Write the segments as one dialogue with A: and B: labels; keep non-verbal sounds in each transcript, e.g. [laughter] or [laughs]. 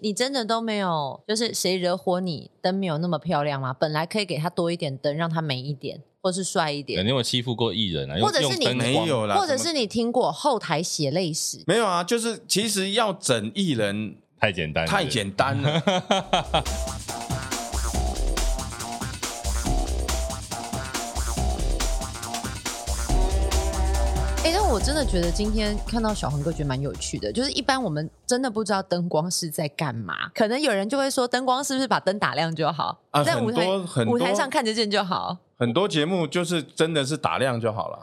A: 你真的都没有，就是谁惹火你，灯没有那么漂亮吗？本来可以给他多一点灯，让他美一点，或是帅一
B: 肯
A: 点，
B: 定有欺负过艺人啊，用
A: 或者是你
B: 用灯
A: 没
B: 光
A: 有
C: 没有啦，
A: 或者
C: 怎么
A: 是你听过后台血泪史？
C: 没有啊？就是其实要整艺人
B: 太简单了，
C: 太简单了。
A: 哎、但我真的觉得今天看到小恒哥觉得蛮有趣的，就是一般我们真的不知道灯光是在干嘛，可能有人就会说灯光是不是把灯打亮就好，
C: 啊
A: 在舞台
C: 很多很多
A: 舞台上看得见就好。
C: [laughs] 很多节目就是真的是打量就好了。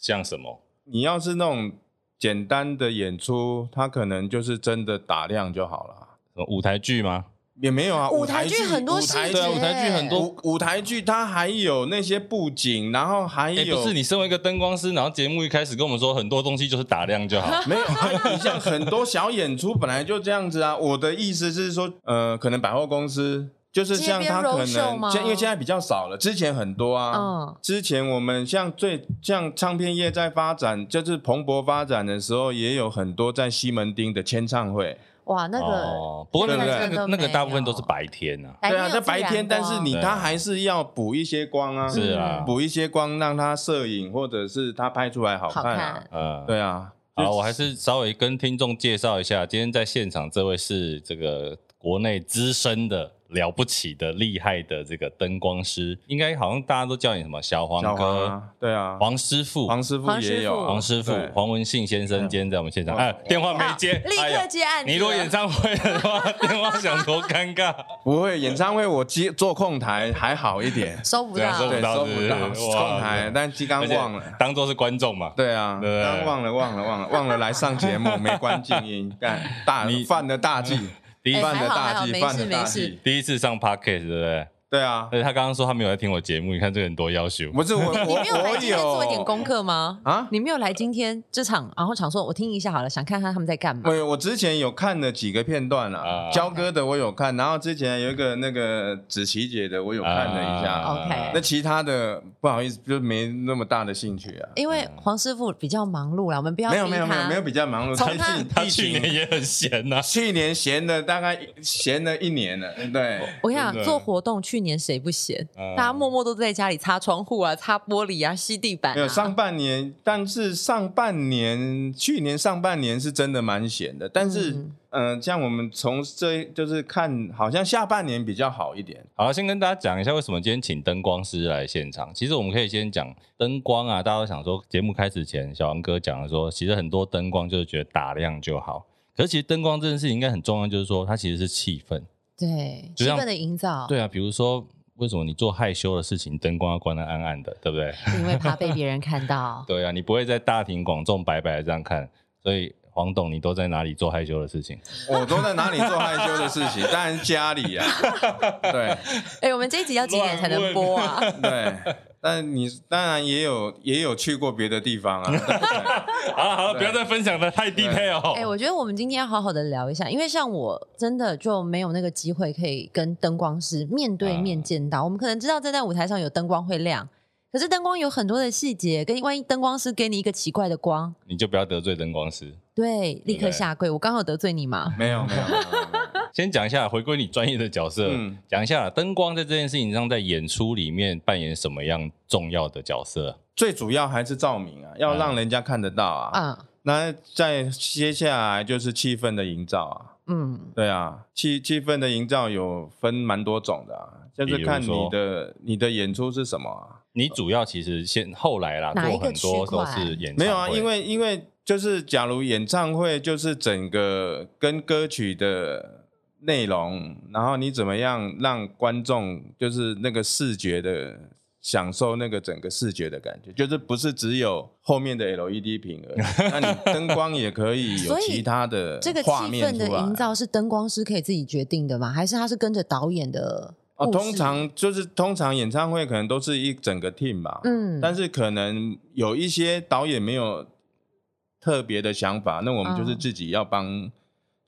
B: 像什么？
C: 你要是那种简单的演出，他可能就是真的打量就好了。
B: 什么舞台剧吗？
C: 也没有啊，
A: 舞
C: 台
A: 台剧很多
C: 舞
A: 细
C: 台
A: 节，
B: 对啊舞台剧很多
C: 舞舞台剧它还有那些布景，然后还
B: 哎、
C: 有、
B: 不是，你身为一个灯光师，然后节目一开始跟我们说很多东西就是打亮就好，
C: 没有， [laughs] 你像很多小演出本来就这样子啊。我的意思是说，呃，可能百货公司就是像他可能，
A: 街边 roadshow 吗
C: 现因为现在比较少了，之前很多啊。
A: 嗯
C: 之前我们像最像唱片业在发展，就是蓬勃发展的时候，也有很多在西门町的签唱会。
A: 哇，那个、
B: 哦，不过那个
C: 对
B: 那
A: 不对
B: 个那个大部分都是白天啊，
A: 白
C: 对
A: 天
C: 啊，
A: 有
C: 那
A: 自
C: 白
A: 然
C: 天，但是
A: 光
C: 你
B: 对啊
C: 它还是要补一些
A: 嗯
C: 光啊，
B: 是啊，
C: 补一些光，让它摄影或者是它拍出来好
A: 好
C: 看啊。
A: 看，
B: 呃，
C: 对啊，
B: 好，我还是稍微跟听众介绍一下，今天在现场这位是这个国内资深的、了不起的、厉害的这个灯光师，应该好像大家都叫你什么小黄
C: 小黄
B: 哥、
C: 啊，对啊，
B: 黄师傅、
C: 黄师傅
A: 黄师
C: 也有啊
A: 傅
B: 黄师傅
C: 对、嗯哦
B: 黄文信先生，今天在我们现场，
C: 哇
B: 哎，电话没接，
A: 立
B: 哎
A: 刻
B: 呀
A: 接案子了。，
B: 你如果演唱会的话， [laughs] 电话响多尴尬，
C: 不会，演唱会我接做控台还好一点
A: 收不
B: 这样
A: 到，
B: [laughs] 收不
C: 对，啊
B: 到是
C: 收
B: 不
C: 不
B: 是
C: 到
B: 哇
C: 控台，但鸡刚
B: 而且
C: 忘了。
B: 当做是观众嘛。
C: 对啊，
B: 对
C: 刚忘了忘了忘了忘了来上节目，没关静音，干大
B: 你
C: 犯了大忌，
B: 第一
A: 哎
C: 犯了
A: 还好还
C: 大
A: 好
C: 忌，
A: 没
C: 犯
A: 事
C: 了大
A: 没事
C: 忌。
B: 第一次上 podcast 对不对？[laughs]
C: 对啊，
B: 而且他刚刚说他没有在听我节目，你看这个人多要求。
C: 不是我
A: 你
C: 我
A: 没有来
C: 我
A: 今天做一点功
C: 有，
A: 课吗？
C: 啊
A: 你没有来今天这场，然后想说我听一下好了，想看看他们在干嘛。
C: 我我之前有看了几个片段啦
B: 啊，
C: 焦哥的我有看，然后之前有一个那个子琪姐的我有看了一
B: 啊
C: 下，
A: OK
C: 那其他的不好意思就没那么大的兴趣啊。
A: 因为黄师傅比较忙碌啦，我们不要
C: 没有
A: 逼
C: 没有没有
A: 他
C: 没有比较忙碌，
A: 从他
C: 最近
B: 他
C: 疫
B: 去
C: 情
B: 年也很闲呐、
C: 去年闲了大概闲了一年了，
B: 哦
C: 对，哦
A: 我跟你讲，
B: 真的
A: 做活动去年谁不闲？
B: 嗯
A: 大家默默都在家里擦窗户啊、擦玻璃啊、吸地板、啊。
C: 没有上半年，但是上半年去年上半年是真的蛮闲的，但是
A: 嗯
C: 嗯、呃像我们从这就是看，好像下半年比较好一点，
B: 好，先跟大家讲一下为什么今天请灯光师来现场。其实我们可以先讲灯光啊，大家都想说节目开始前，小王哥讲的说，其实很多灯光就是觉得打亮就好。可是其实灯光这件事情应该很重要，就是说它其实是气氛。
A: 对
B: 就
A: 气
B: 像
A: 氛的营造，
B: 对啊，比如说为什么你做害羞的事情，灯光要关得暗暗的，对不对？。
A: 因为怕被别人看到
C: [laughs]
B: 对啊，你不会在大庭广众白白的这样看。所以黄董，你都在哪里做害羞的事情？ [laughs]
C: 我都在哪里做害羞的事情？当然家里 [laughs] 啊，对
A: 哎、我们这一集要几点才能播啊？
C: 对。但你当然也有也有去过别的地方啊， [laughs] 对
B: 好了好了，
C: 对
B: 不要再分享的太 detail 哦。
A: 哎、我觉得我们今天要好好的聊一下，因为像我真的就没有那个机会可以跟灯光师面对
C: 嗯
A: 面见到。我们可能知道站在舞台上有灯光会亮，可是灯光有很多的细节，跟万一灯光师给你一个奇怪的光，
B: 你就不要得罪灯光师。
A: 对，立
B: 对
A: 刻下跪。我刚好得罪你嘛？
C: 没有没有没有，没有
B: 先讲一下，回归你专业的角色，
C: 嗯
B: 讲一下灯光在这件事情上，在演出里面扮演什么样重要的角色？
C: 最主要还是照明啊，要让人家看得到啊。
A: 啊，
C: 那再接下来就是气氛的营造啊，
A: 嗯，
C: 对啊，气气氛的营造有分蛮多种的、啊，就是看
B: 比如说
C: 你的你的演出是什么、啊。
B: 你主要其实先后来啦，
A: 哪一
B: 做
A: 个
B: 很多
A: 区
B: 都
A: 块
B: 是演唱会
C: 没有啊，因为因为就是假如演唱会就是整个跟歌曲的内容，然后你怎么样让观众就是那个视觉的享受那个整个视觉的感觉，就是不是只有后面的 LED 屏而已，那你灯光也可以
A: [laughs]
C: 有
A: 所以
C: 其他的
A: 这个气
C: 画面
A: 氛的
C: 出来
A: 营造是灯光师可以自己决定的吗？还是他是跟着导演的？
C: 哦，通，常就是通常演唱会可能都是一整个 team 吧，
A: 嗯，
C: 但是可能有一些导演没有特别的想法，那我们就是
A: 嗯
C: 自己要帮，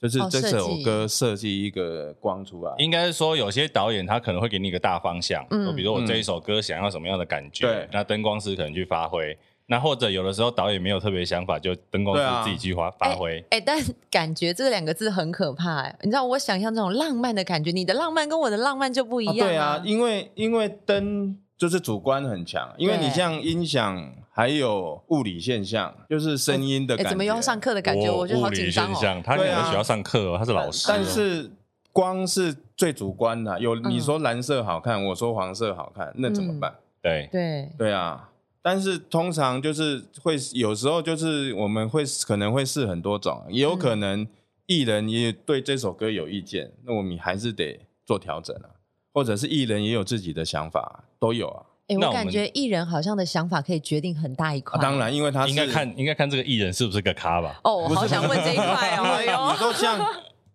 C: 就是
A: 哦
C: 这
A: 设
C: 首
A: 计
C: 歌设计一个光出来。
B: 应该是说有些导演他可能会给你一个大方向，
A: 嗯
B: 就比如说我这一首歌想要什么样的感觉，
C: 对
B: 那灯光师可能去发挥。那或者有的时候导演没有特别想法，就灯光
C: 对啊
B: 师自己去发发挥。
A: 哎、但 [laughs] 感觉这两个字很可怕、哎，你知道我想象这种浪漫的感觉，你的浪漫跟我的浪漫就不一
C: 啊
A: 样、
C: 对啊，因为因为灯就是主观很强，因为你
A: 对
C: 像音响还有物理现象，就是声音的
A: 哎、
C: 感觉。
A: 怎么又要上课的感觉？
B: 我
A: 我觉得好紧张
B: 物理现
A: 哦。
B: 象，他可
C: 对啊
B: 能学校上课哦，他是老师哦，
C: 但是光是最主观的，有
A: 嗯
C: 你说蓝色好看，我说黄色好看，那怎么办？
B: 对
A: 对，
C: 对啊，但是通常就是会有时候就是我们会可能会试很多种，也
A: 嗯
C: 有可能艺人也对这首歌有意见，那我们还是得做调整啊，或者是艺人也有自己的想法，都有啊。
A: 哎、
B: 那
A: 我
B: 我
A: 感
B: 们
A: 觉艺人好像的想法可以决定很大一块、
C: 啊当然，因为他是
B: 应该看应该看这个艺人是不是个咖吧？
A: 哦，我
C: 不是
A: 好想问这一块哦。哎
C: [laughs] 因为你
A: 呦，
C: 说
A: [laughs]
C: 像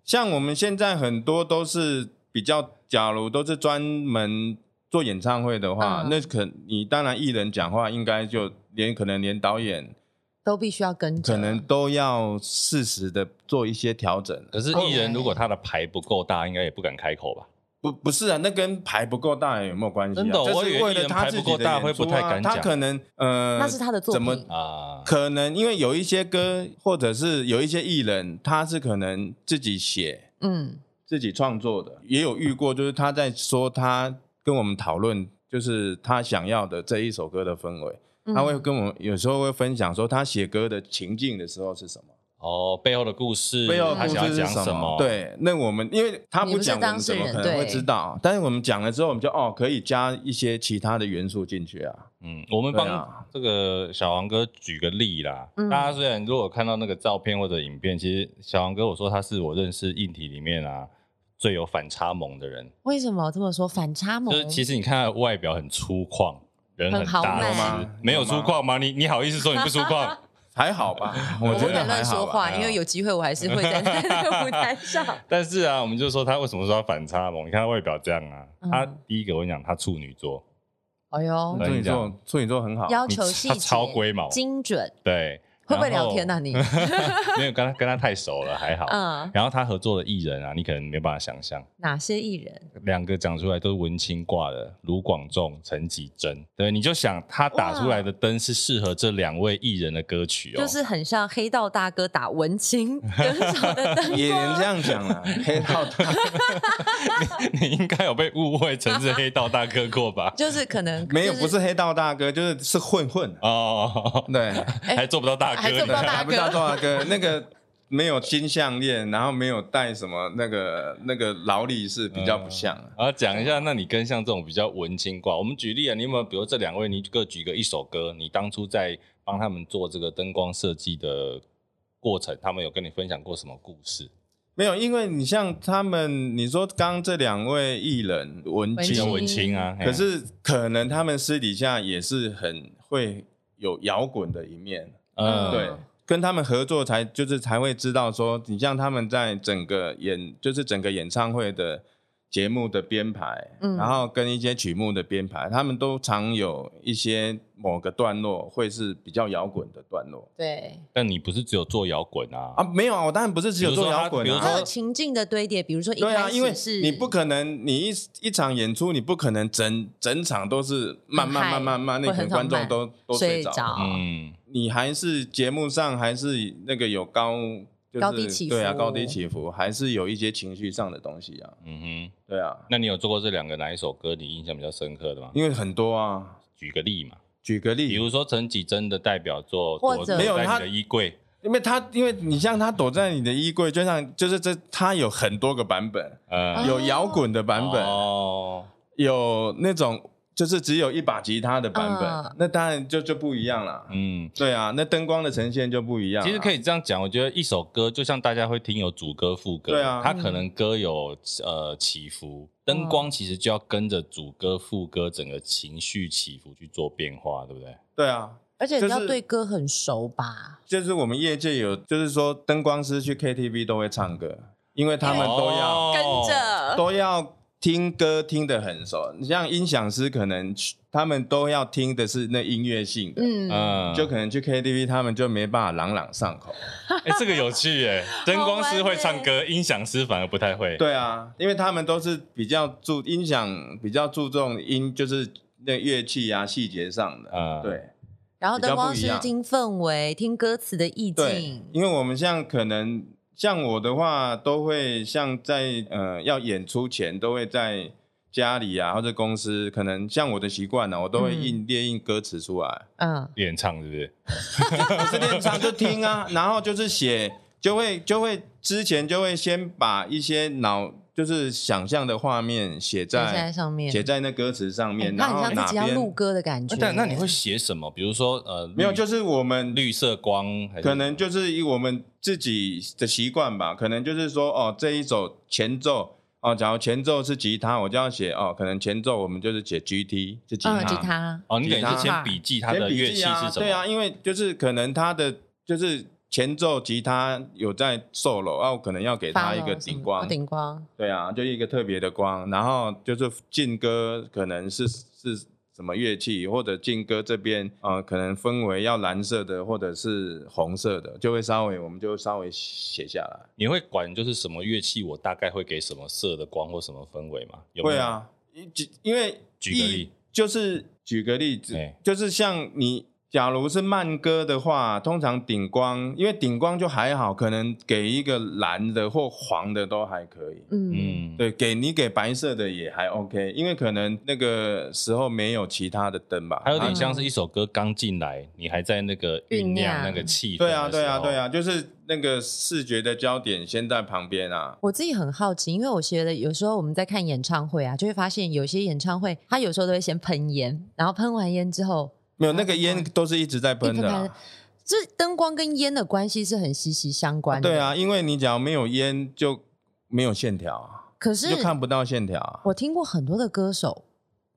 C: 像我们现在很多都是比较，假如都是专门做演唱会的话，
A: 嗯
C: 那可你当然艺人讲话应该就连可能连导演
A: 都必须要跟着，
C: 可能都要适时的做一些调整。
B: 可
A: 哦
B: 是艺人如果他的牌不够大，应该也不敢开口吧？
C: 不不是啊，那跟牌不够大有没有关系、啊？
B: 真的哦
C: 这
B: 我以
C: 是
B: 为
C: 为
B: 艺
C: 了
B: 人
C: 他
B: 牌
C: 自
B: 不
C: 己
B: 够
C: 的
B: 大
C: 演
B: 会不
C: 出
B: 太
C: 啊
B: 敢
C: 他
B: 讲
C: 可能呃，
A: 那是他的作
C: 怎
A: 品
C: 么
B: 啊，
C: 可能因为有一些歌，或者是有一些艺人，他是可能自己写，
A: 嗯，
C: 自己创作的，也有遇过，就是他在说他跟我们讨论，就是他想要的这一首歌的氛围，
A: 嗯
C: 他会跟我们有时候会分享说他写歌的情境的时候是什么，
B: 哦，背后的故事，
C: 背后的
B: 他
C: 故
B: 想
C: 事
B: 要
C: 是
B: 讲
C: 什
B: 什
C: 么？，对，那我们因为他
A: 你不是
C: 讲，我
A: 当
C: 们
A: 事
C: 怎
A: 人
C: 么可能会
A: 对
C: 知道？但是我们讲了之后，我们就哦，可以加一些其他的元素进去啊。
B: 嗯，我们
C: 对
B: 帮
C: 啊
B: 这个小王哥举个例啦。
A: 嗯
B: 大家虽然如果看到那个照片或者影片，其实小王哥我说他是我认识硬体里面啊最有反差萌的人，
A: 为什么这么说？反差萌，
B: 就是其实你看他的外表很粗犷，人
A: 很豪
B: 大
A: 迈有
B: 只
C: 吗，
B: 没有
C: 有
B: 粗
C: 吗
B: 犷吗？你你好意思说你不粗犷？。
C: 还好吧，
A: 我
C: 我觉
A: 不
C: 得
A: 敢
C: 还
A: 乱
C: 好哎
A: 说
C: 吧。
A: 话，因为有机会我还是会站在 [laughs] 那个舞台上
B: [laughs] 但是啊，我们就说他为什么说他反差萌？你看他外表这样啊，
A: 嗯
B: 他第一个我跟你讲，他处女座，
A: [laughs] 哎呦
B: 对，
C: 处女
B: 你讲
C: 座，处女座很好，
A: 要
B: 你
A: 求哦细
B: 他
A: 节
B: 超龟毛，
A: 精准，
B: 对，
A: 会不会
B: 然后
A: 聊天
C: [laughs]
A: 啊你？
B: [laughs] 没有跟他跟他太熟了，还好。
A: 嗯，
B: 然后他合作的艺人啊，你可能没有办法想象，
A: 哪些艺人？
B: 两个讲出来都是文青挂的，卢广仲、陈绮贞，对，你就想他打出来的灯是适合这两位艺人的歌曲哦，
A: 就是很像黑道大哥打文青 [laughs] 歌手的 [laughs] 灯
C: 也能
A: 光？
C: 这。样讲啊，黑道大
B: [laughs] 你应该有被误会成是黑道大哥过吧
A: [laughs] 就是可能
C: 没有
A: 就
C: 不是黑道大哥，就是是混混啊，
B: 哦，
C: 对。
B: 还做不到大
A: 哎还
B: 哥
A: 做不到
B: 呢，
A: 大
C: 还
A: 哥
C: 不知道多少个那个没有金项链，然后没有戴什么那个那个劳力士比较不像、
A: 嗯
B: 然后讲一
C: 啊
B: 下，那你跟像这种比较文青挂，我们举例啊，你有没有比如这两位，你各举个一首歌，你当初在帮他们做这个灯光设计的过程，他们有跟你分享过什么故事？
C: 没有，因为你像他们，你说刚刚这两位艺人
A: 文
C: 文
B: 比较
A: 青
C: 青，
B: 文青啊，
C: 可是可能他们私底下也是很会有摇滚的一面，
B: 嗯，
C: 对。跟他们合作才就是才会知道说，你像他们在整个演就是整个演唱会的节目的编排，
A: 嗯
C: 然后跟一些曲目的编排，他们都常有一些某个段落会是比较摇滚的段落
A: 对，
B: 但你不是只有做摇滚啊？
C: 啊。没有啊，我当然不是只有做摇滚
B: 比如说
A: 它有
C: 啊。
A: 情境的堆叠，比如说一
C: 对啊，
A: 开
C: 因为
A: 始是
C: 你不可能，你一一场演出，你不可能整整场都是慢
A: 很
C: 慢
A: 嗨
C: 慢慢慢，那
A: 会
C: 可
A: 很
C: 能观
A: 缓慢
C: 众都都
A: 睡
C: 睡
A: 着
C: 着，
B: 嗯，
C: 你还是节目上还是那个有高、就是、
A: 高低起伏
C: 对啊，高低起伏，还是有一些情绪上的东西啊，
B: 嗯哼，
C: 对啊，
B: 那你有做过这两个哪一首歌你印象比较深刻的吗？
C: 因为很多啊，
B: 举个例嘛，
C: 举个
B: 比
C: 例，
B: 如说陈绮贞的代表作，
A: 或
B: 躲
A: 者
B: 在
C: 没有
B: 你
C: 他
B: 的衣柜，
C: 因为他因为你像他躲在你的衣柜，就像就是这他有很多个版本，
A: 哦
B: 呃，
C: 有摇滚的版本，
B: 哦，
C: 有那种就是只有一把吉他的版本，
A: 嗯
C: 那当然就就不一样啦。
B: 嗯。
C: 对啊，那灯光的呈现就不一样啊。
B: 其实可以这样讲，我觉得一首歌就像大家会听有主歌、副歌，
C: 对啊嗯
B: 它可能歌有呃起伏，灯光其实就要跟着主歌、副歌整个情绪起伏去做变化，对不对？
C: 对啊，
A: 而且你
C: 就
A: 要
C: 是
A: 对歌很熟吧？
C: 就是我们业界有，就是说灯光师去 KTV 都会唱歌，因为他们都要、
B: 哦
A: 跟着
C: 都要听歌听得很熟。你像音响师，可能去他们都要听的是那音乐性的，
A: 嗯，
B: 嗯， [laughs]
C: 就可能去 KTV 他们就没办法朗朗上口。
B: 哎、这个有趣耶！灯光师会唱歌，音响师反而不太会。，
C: 对啊，因为他们都是比较注音响，比较注重音，就是那乐器啊细节上的。
B: 呃，
C: 对，
A: 然后灯光
C: 比
A: 师
C: 较不一
A: 听氛围、听歌词的意
C: 对
A: 境，，
C: 因为我们像可能像我的话，都会像在呃要演出前，都会在家里啊或者公司，可能像我的习惯呢、我都会
A: 嗯
C: 印列印歌词出来，
A: 嗯，
B: 演唱是不是？
C: 不是练唱就听啊，然后就是写，就会就会之前就会先把一些脑就是想象的画面写
A: 写在
C: 在
A: 上面，哎
C: 写在那歌词上面，
A: 那
C: 然后
A: 很像
C: 哪
A: 自己要
C: 边
A: 录歌的感觉。嗯
B: 但哎那你会写什么？比如说呃，
C: 没有，
B: 绿
C: 就是我们
B: 绿色光，还是
C: 可能就是以我们自己的习惯吧，可能就是说哦，这一首前奏哦，假如前奏是吉他，我就要写哦，可能前奏我们就是写 G T 是吉他，
A: 嗯，吉他，
B: 哦，你等于是
C: 吉
A: 他
B: 先笔记它的
C: 写
B: 乐
C: 笔
B: 器
C: 记
B: 是
C: 啊
B: 什么？
C: 对啊，，因为就是可能他的就是前奏吉他有在 solo，啊，我可能要给他一
A: follow
C: 个
A: 什么
C: 顶光
A: 哦，顶光，
C: 对啊，就一个特别的光，然后就是劲歌可能是是什么乐器，或者劲歌这边呃可能氛围要蓝色的或者是红色的，就会稍微我们就稍微写下来。
B: 你会管就是什么乐器，我大概会给什么色的光或什么氛围吗？有没
C: 会
B: 有，
C: 啊，因因为
B: 举个例
C: 一，就是举个例子，
B: 哎
C: 就是像你。假如是慢歌的话，通常顶光，因为顶光就还好，可能给一个蓝的或黄的都还可以。
A: 嗯，
B: 嗯，
C: 对，给你给白色的也还 OK，因为可能那个时候没有其他的灯吧。
B: 还
A: 嗯
B: 有点
C: 啊
B: 像是一首歌刚进来，你还在那个酝
A: 酝
B: 酿
A: 酿
B: 那个气氛的
C: 对
B: 时候。
C: 啊，对啊，对啊，就是那个视觉的焦点先在旁边啊。
A: 我自己很好奇，因为我觉得有时候我们在看演唱会啊，就会发现有些演唱会，他有时候都会先喷烟，然后喷完烟之后，
C: 没有那个烟都是一直在喷
A: 一
C: 的
A: 直
C: 啊、
A: 这灯光跟烟的关系是很息息相关的。
C: 对，啊，因为你只要没有烟就没有线条啊，
A: 可
C: 就是看不到线条啊。
A: 我听过很多的歌手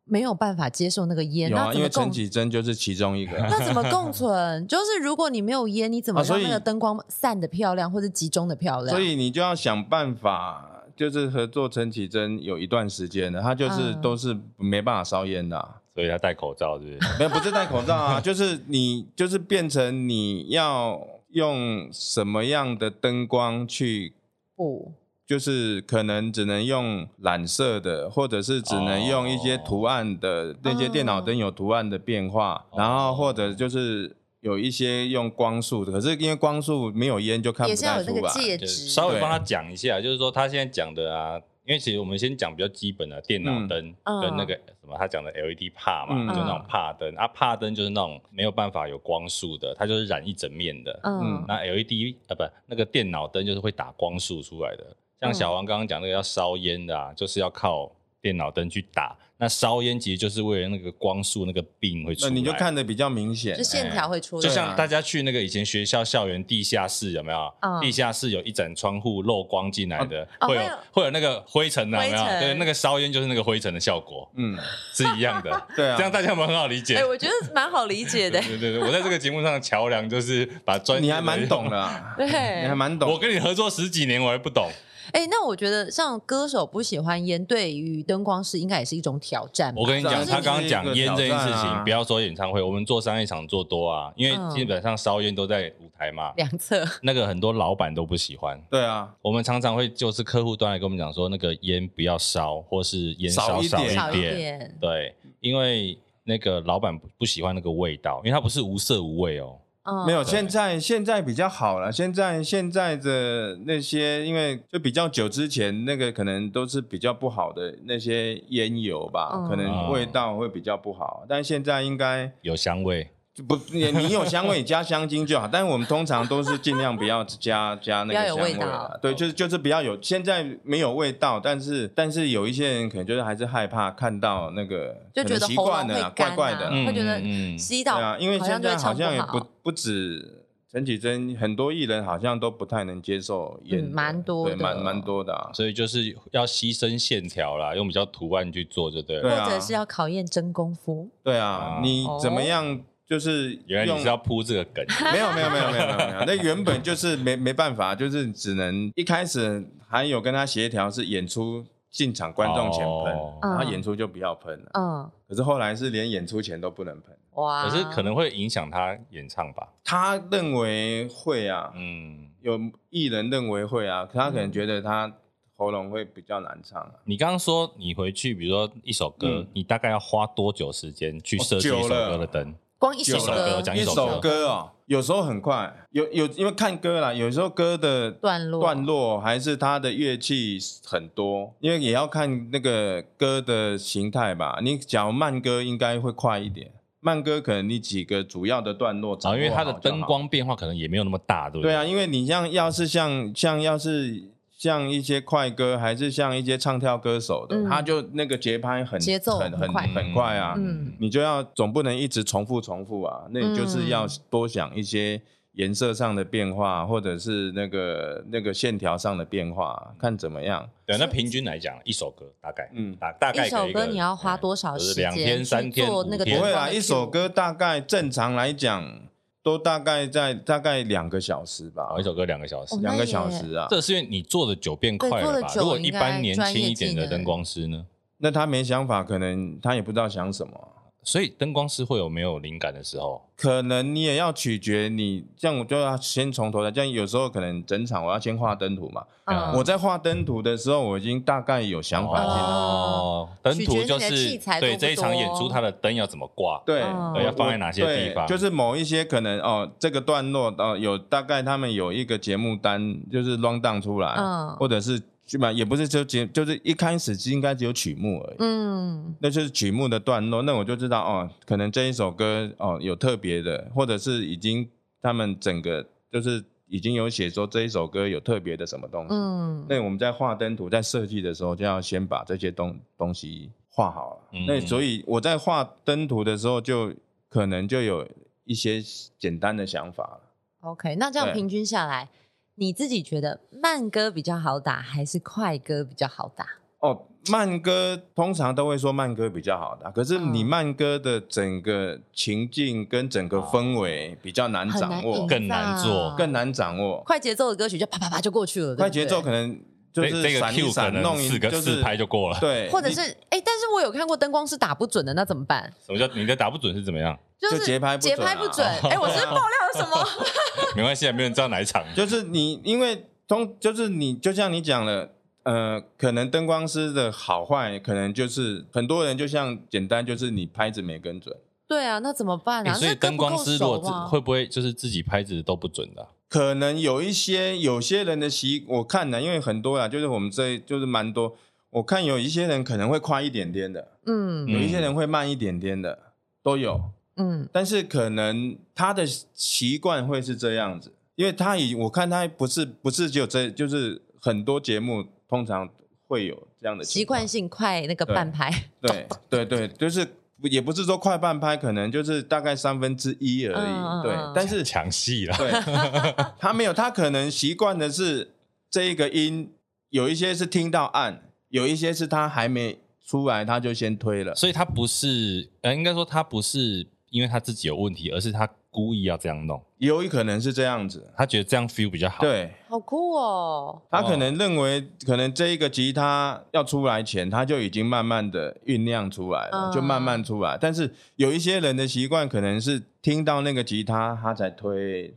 A: 没有办法接受那个烟，
C: 有
A: 那
C: 啊，
A: 怎
C: 因
A: 么
C: 为
A: 共
C: 陈绮贞就是其中一个啊。
A: 那怎么共存？ [laughs] 就是如果你没有烟，你怎么
C: 啊所
A: 让
C: 以
A: 那个灯光散的漂亮，或者集中的漂亮？
C: 所以你就要想办法，就是合作陈绮贞有一段时间了，她就是
A: 嗯
C: 都是没办法烧烟的啊、
B: 所以他戴口罩，是不是？
C: 没有，不是戴口罩啊， [laughs] 就是你就是变成你要用什么样的灯光去，
A: 不，
C: 就是可能只能用染色的，或者是只能用一些图案的、那些电脑灯有图案的变化，
B: 哦
C: 然后或者就是有一些用光束的，可是因为光束没有烟就看不
A: 也是要
C: 太
A: 有那
C: 出
A: 个
C: 来。
A: 戒
B: 就
A: 指，
B: 是稍微帮他讲一下，就是说他现在讲的啊，因为其实我们先讲比较基本的电脑灯
A: 嗯
B: 跟那个什么，他讲的 LED 帕
C: 嗯
B: 嘛，就那种帕灯啊，帕灯就是那种没有办法有光束的，它就是染一整面的。
A: 嗯
C: 嗯
B: 那 LED 啊，不，那个电脑灯就是会打光束出来的。
C: 嗯
B: 像小王刚刚讲那个要烧烟的啊，就是要靠电脑灯去打。那烧烟其实就是为了那个光束那个病会出
C: 那
B: 来。
C: 你就看的啊比较明显
A: 就，线条会出来，
B: 就像大家去那个以前学校校园地下室有没有？
A: 嗯
B: 地下室有一盏窗户漏光进来的，
A: 哦会
B: 会有
A: 有
B: 会有那个灰尘啊，有没
A: 灰
B: 有？
A: 尘
B: 对，那个烧烟就是那个灰尘的效果
C: 嗯，
B: 是一样的。
C: [laughs] 对啊
B: 这样大家有没有很好理解
A: [laughs] 哎、。我觉得蛮好理
C: [laughs]
A: 解的，
B: 对对对，我在这个节目上的桥梁就是把专，
C: 你还蛮懂。的、啊，
A: [laughs] 对，
C: 你还蛮懂
B: 我。跟你合作十几年，我还不懂。
A: 哎、那我觉得像歌手不喜欢烟，对于灯光师应该也是一种挑战吧。
B: 我跟你讲，
A: 就是
B: 他刚刚讲烟这件
C: 一
B: 事
C: 个挑战
B: 情，
C: 啊
B: 不要说演唱会，我们做商业场做多啊，因
A: 嗯
B: 为基本上烧烟都在舞台嘛，
A: 两侧，
B: 那个很多老板都不喜欢。
C: 对啊，
B: 我们常常会就是客户端来跟我们讲说，那个烟不要烧，或是烟烧
C: 少一点
A: 少
B: 一
A: 一
B: 点。
A: 点，
B: 对，因为那个老板不不喜欢那个味道，因为它不是无色无味哦。
A: 嗯，
C: 没有，
B: 对
C: 现在现在比较好了。现在现在的那些，因为就比较久之前那个可能都是比较不好的那些烟油吧，
A: 嗯
C: 可能
B: 啊
C: 味道会比较不好。但现在应该
B: 有香味，
C: 就不，你你有香味你加香精就好。但我们通常都是尽量不要加加那
A: 不要
C: 个
A: 有
C: 香
A: 味
C: 味
A: 道
C: 啊。对，就是就是不要有。现在没有味道，但是但是有一些人可能就是还是害怕看到那个，
A: 就觉
C: 可
A: 得
C: 能习
A: 喉咙
C: 惯
A: 会
C: 了
A: 干、
C: 啊，怪怪的。
A: 会觉得
B: 嗯嗯嗯
A: 吸到，
C: 对啊，因为
A: 好
C: 现
A: 像就会
C: 在好
A: 唱
C: 像也
A: 好
C: 不不止陈绮贞，很多艺人好像都不太能接受演
A: 嗯，蛮多
C: 对，
A: 的
C: 蛮蛮多的、啊。
B: 所以就是要牺牲线条啦，用比较图案去做就对了。
C: 对啊
A: 或者是要考验真功夫。
C: 对
B: 啊
C: 啊，你怎么样？就是
B: 原来
C: 用
B: 你是要铺这个梗，
C: 没有没有没有没有没有没
B: [laughs]
C: 有，那原本就是没没办法，就是只能一开始还有跟他协调是演出进场观众前喷，
B: 哦
A: 嗯
C: 然后演出就不要喷了。
A: 嗯，
C: 可是后来是连演出前都不能喷，
A: 哇，
B: 可是可能会影响他演唱吧。
C: 他认为会啊，
B: 嗯，
C: 有艺人认为会啊，可他可能觉得他喉咙会比较难唱啊。
B: 你刚刚说你回去，比如说一首歌
C: 嗯，
B: 你大概要花多久时间去设计一首
C: 哦久了
B: 歌的灯？
A: 光一首
B: 一首歌
A: 歌
B: 讲
C: 一
B: 一首
C: 首歌哦，有时候很快，有有因为看歌啦，有时候歌的
A: 段落
C: 段落还是它的乐器很多，因为也要看那个歌的形态吧。你讲慢歌应该会快一点，慢歌可能你几个主要的段落
B: 然
C: 掌
B: 后
C: 握
B: 哦因
C: 好
B: 为
C: 就
B: 它
C: 好，
B: 的灯光变化可能也没有那么大，对不
C: 对
B: 对？
C: 啊，因为你像要是像像要是像一些快歌，还是像一些唱跳歌手的，
A: 嗯
C: 他就那个节拍很
A: 节奏
C: 很
A: 很快
C: 很快啊，
A: 嗯
C: 你就要总不能一直重复重复啊，那你就是要
A: 嗯
C: 多想一些颜色上的变化，或者是那个那个线条上的变化，看怎么样。
B: 对，啊那平均来讲，一首歌大概，
C: 嗯
B: 嗯，大大概
A: 一首
B: 给
A: 歌
B: 个
A: 你要花多少
B: 嗯就是
A: 时
B: 两
A: 间
B: 天、
A: 去
B: 三天、
A: 做
B: 五
A: 那个
B: 天
C: 不会
A: 放
C: 啦，
A: 得
C: 一首歌大概正常来讲都大概在大概两个小时吧
B: 啊，一，首歌两个小时
A: 哦。
C: 两个
A: 那
C: 小
A: 也
C: 时啊。
B: 这是因为你做的久变快
A: 对做
B: 了
A: 得
B: 吧？
A: 久
B: 如果一
A: 应该
B: 般年轻一点
A: 专业技
B: 的
A: 能
B: 灯光师呢？
C: 那他没想法，可能他也不知道想什么啊。
B: 所以灯光师会有没有灵感的时候？
C: 可能你也要取决你，这样我就要先从头来。这样有时候可能整场我要先画灯图嘛。
A: 嗯
C: 我在画灯图的时候，我已经大概有想法
A: 哦
C: 进来。
B: 哦，灯
A: 取决
B: 图
A: 于
B: 就
A: 你的器
B: 是
A: 材多
B: 对
A: 不
B: 这一场演出
A: 多
B: 它的灯要怎么挂？
C: 对，
A: 哦
C: 我
B: 要放在哪些地方
C: 对就是某一些可能哦，这个段落哦，有大概他们有一个节目单，就是 round down 出来，
A: 嗯
C: 或者是基本上也不是就节，就是一开始应该只有曲目而已。
A: 嗯，
C: 那就是曲目的段落，那我就知道哦，可能这一首歌哦有特别的，或者是已经他们整个就是已经有写说这一首歌有特别的什么东西。
A: 嗯，
C: 那我们在画灯图、在设计的时候，就要先把这些东东西画好了。
B: 嗯
C: 那所以我在画灯图的时候就，可能就有一些简单的想法了。
A: OK，那这样
C: 对
A: 平均下来，你自己觉得慢歌比较好打，还是快歌比较好打？
C: 哦，慢歌通常都会说慢歌比较好的，啊可是你
A: 嗯
C: 慢歌的整个情境跟整个氛围比较难
A: 很难
C: 掌握，
A: 营
B: 更难
A: 造
B: 做
C: 更难掌握。
A: 快节奏的歌曲就啪啪啪就过去了，对不
C: 快节奏
A: 对
C: 可能就是
B: 这这个
C: 闪
B: Q
C: 一
B: 可
C: 闪，弄
B: 能
C: 一
B: 四个
C: 就是
B: 四拍就过了。
C: 对，
A: 或者
C: 你
A: 是哎、但是我有看过灯光是打不准的，那怎么办？
B: 什么叫你的打不准是怎么样？
A: 是
C: 就节拍不
A: 节
C: 准啊
A: 拍不准，哎、我是不是爆料了什
C: [laughs]
A: 么？
B: 没关系，啊，没有人知道哪一场。
C: 就是你，因为通就是你，就像你讲了，呃，可能灯光师的好坏，可能就是很多人就像简单，就是你拍子没跟准，
A: 对啊，那怎么办啊？
B: 欸所以
A: 那歌
B: 灯
A: 不够
B: 光师如果
A: 熟
B: 自
A: 啊
B: 会不会就是自己拍子都不准的啊？
C: 可能有一些有些人的习，我看呢，因为很多啦，啊就是我们这就是蛮多，我看有一些人可能会快一点点的，
A: 嗯
C: 有一些人会慢一点点的，都有。
A: 嗯
C: 但是可能他的习惯会是这样子，因为他以我看他不是不是只有这，就是很多节目通常会有这样的情
A: 习
C: 况
A: 惯性快那个
C: 对
A: 半拍，
C: [laughs] 对对对，就是也不是说快半拍，可能就是大概三分之一而已。
A: 嗯嗯
C: 对
A: 嗯，
C: 但是
B: 抢戏啦。
C: 对他没有，他可能习惯的是这一个音，有一些是听到按，有一些是他还没出来他就先推了。
B: 所以他不是，呃，应该说他不是因为他自己有问题，而是他故意要这样弄，
C: 有可能是这样子，
B: 他觉得这样 feel 比较好。，
C: 对。
A: 好酷哦！
C: 他可能认为，可能这一个吉他要出来前，他就已经慢慢的酝酿出来了，
A: 嗯
C: 就慢慢出来。但是有一些人的习惯，可能是听到那个吉他他才推，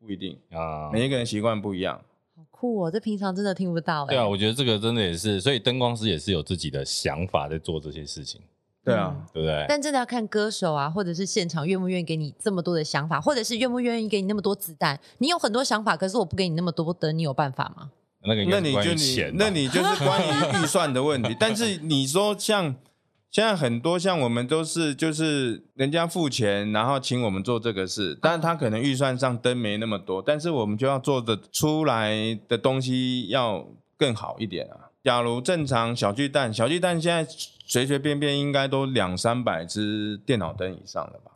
C: 不一定，
B: 啊、
C: 每一个人习惯不一样。
A: 好酷哦，这平常真的听不到哎、
B: 对啊，我觉得这个真的也是，所以灯光师也是有自己的想法在做这些事情，
C: 对啊，
A: 嗯
B: 对不对？
A: 但真的要看歌手啊，或者是现场愿不愿意给你这么多的想法，或者是愿不愿意给你那么多子弹。你有很多想法，可是我不给你那么多灯，你有办法吗？
B: 那个应
C: 那
B: 该
C: 你
B: 是关
C: 就
B: 于
C: 你
B: 钱，吧，
C: 那你就是关于预算的问题。但是你说像现在很多像我们都是就是人家付钱，然后请我们做这个事，但是他可能预算上灯没那么多，但是我们就要做的出来的东西要更好一点啊。假如正常小巨蛋，小巨蛋现在随随便便应该都两三百只电脑灯以上了吧？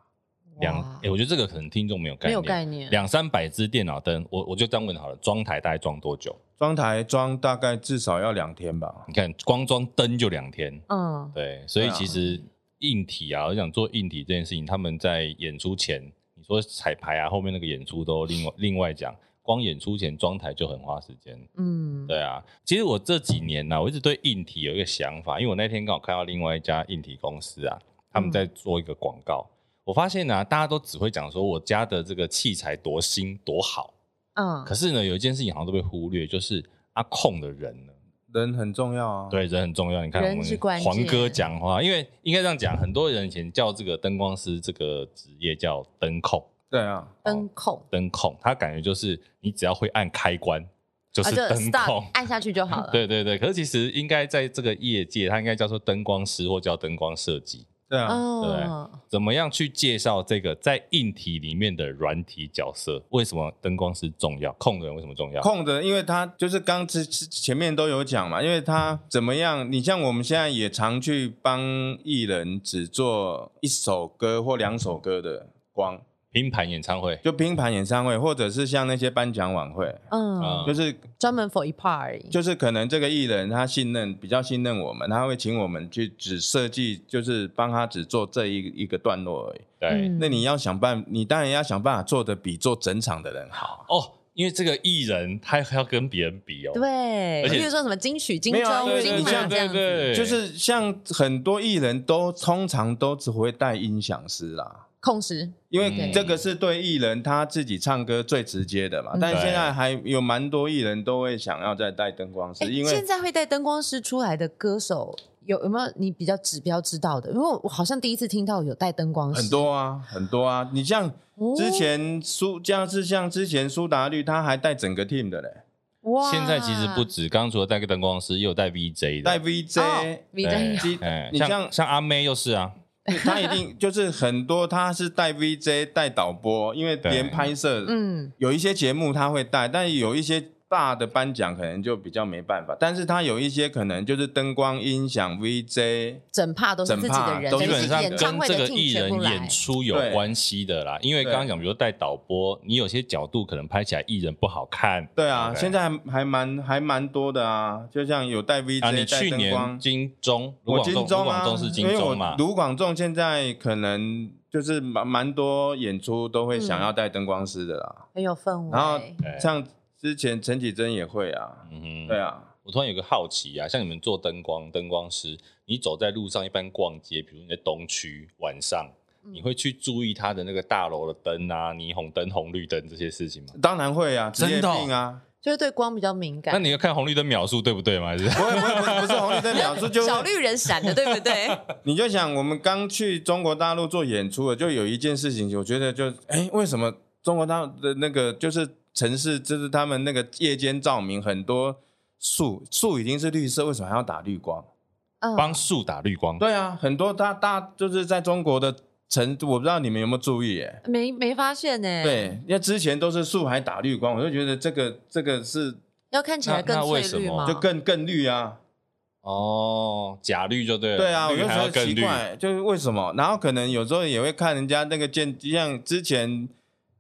B: 两，
A: 哇
B: 哎、我觉得这个可能听众没有概
A: 没
B: 念，
A: 有概念，
B: 两三百只电脑灯，我我就这样问好了，装台大概装多久？
C: 装台装大概至少要两天吧。
B: 你看，光装灯就两天，
A: 嗯，
B: 对，所
C: 对
B: 以
C: 啊
B: 其实硬体啊，我想做硬体这件事情，他们在演出前，你说彩排啊，后面那个演出都另外另外讲，光演出前装台就很花时间。
A: 嗯，
B: 对啊，其实我这几年呢、我一直对硬体有一个想法，因为我那天刚好看到另外一家硬体公司啊，他们在
A: 嗯
B: 做一个广告，我发现呢、大家都只会讲说我家的这个器材多新多
A: 嗯
B: 好，啊可，是呢，有一件事情好像都被忽略，就是阿控的人呢，
C: 人很重要啊。，
B: 对，人很重要。你看我
A: 嗯人是关
B: 们
A: 键
B: 黄哥讲话，因为应该这样讲，很多人以前叫这个灯光师这个职业叫灯控，
C: 对啊，
A: 灯控
B: 灯控，他感觉就是你只要会按开关就
A: 啊，
B: 是
A: 就
B: 灯
A: stop
B: 控。
A: 按下去就好了。
B: 对对对，可是其实应该在这个业界，它应该叫做灯光师或叫灯光设计。
C: 对啊，
A: 嗯，
B: 怎么样去介绍这个在硬体里面的软体角色？为什么灯光师重要？控人为什么重要？
C: 空的，因为他就是刚之之前面都有讲嘛，因为他怎么样？你像我们现在也常去帮艺人只做一首歌或两首歌的光，
B: 拼盘演唱会，
C: 就拼盘演唱会，或者是像那些颁奖晚会，
A: 嗯，
B: 啊
C: 就是
A: 专门 for 一 part 而已。
C: 就是可能这个艺人他信任比较信任我们，他会请我们去只设计，就是帮他只做这一一个段落而已。
B: 对、
A: 嗯
C: 那你要想办，你当然要想办法做的比做整场的人好。
B: 哦，因为这个艺人他还要跟别人比哦，
A: 对，
B: 而且
A: 比如说什么金曲、金
C: 没有啊
A: 钟、
C: 对
A: 金
C: 你
A: 马
C: 像
A: 这样子，
B: 对
C: 就是像很多艺人都通常都只会带音响师啦，
A: 控时
C: 因
B: 嗯
C: 为这个是对艺人他自己唱歌最直接的嘛。
A: 嗯
C: 但现在还有蛮多艺人都会想要再带灯光师，
A: 诶
C: 因
A: 哎现
C: 为
A: 在会带灯光师出来的歌手有有没有你比较指标知道的？因为我我好像第一次听到有带灯光师，
C: 很多啊，很多啊。你像
A: 哦
C: 之前苏，像是像之前苏打绿，他还带整个 team 的嘞，
A: 哇
B: 现在其实不止，刚刚除了带个灯光师，也有带 VJ 的，
C: 带
A: 哦
C: VJ，
A: 你
B: 对
A: 这
C: 鸡
B: 哎
C: 你
B: 像
C: 像
B: 像阿妹又是啊，
C: 他一定就是很多，他是带 VJ 带导播，因为
B: 对
C: 连拍摄，
A: 嗯
C: 有一些节目他会带，但有一些大的颁奖可能就比较没办法。但是他有一些可能就是灯光、音响、VJ，
A: 整帕都是自己的人，
C: 整
B: 基
C: 帕都
B: 本
C: 是
B: 上
A: 演
B: 跟
A: 唱会
B: 这
A: 的
B: 个艺
A: team 全
B: 人
A: 部来
B: 演出有
C: 对
B: 关系的啦。因为
C: 对
B: 刚刚讲，比如带导播，你有些角度可能拍起来艺人不好看。
C: 对啊
B: OK
C: 现在还还蛮还蛮多的啊，就像有带 VJ、
B: 啊，你去
C: 带灯
B: 年
C: 光。
B: 金钟，卢
C: 我
B: 广仲，
C: 金
B: 卢
C: 钟啊，
B: 广仲是金
C: 因为我
B: 钟嘛？
C: 卢广仲现在可能就是蛮蛮多演出都会想要带灯光师的啦，
A: 很有氛围。
C: 然后
B: 对
C: 像之前陈绮贞也会啊，
B: 嗯
C: 对
B: 哼，
C: 啊，
B: 我突然有个好奇啊，像你们做灯光灯光师，你走在路上一般逛街，比如你在东区晚上，
A: 嗯
B: 你会去注意它的那个大楼的灯啊、霓虹灯、红绿灯这些事情吗？
C: 当然会啊，职业
B: 真的哦
C: 病啊，
A: 就是对嗯光比较敏感。
B: 那你要看红绿灯秒数对不对吗？还是
C: 不会不会不会不是红绿灯秒数，就
A: 小
C: 是
A: 绿人闪的，对不对？
C: 你就想，我们刚去中国大陆做演出了，就有一件事情，我觉得就哎，诶为什么中国大陆的那个就是城市，就是他们那个夜间照明很多树树已经是绿色，为什么还要打绿光？
A: 嗯，
B: 帮树打绿光？
C: 对啊，很多大大就是在中国的城，我不知道你们有没有注意哎、
A: 没没发现呢。，
C: 对，因为之前都是树还打绿光，我就觉得这个这个是
A: 要看起来更
B: 那那为
A: 翠绿
B: 什么
A: 吗？
C: 就更更绿啊，
B: 哦，假绿就对了。
C: 对啊，我
B: 绿
C: 就
B: 还
C: 觉
B: 要
C: 得
B: 更
C: 奇
B: 绿。
C: 怪，就是为什么？然后可能有时候也会看人家那个建，像之前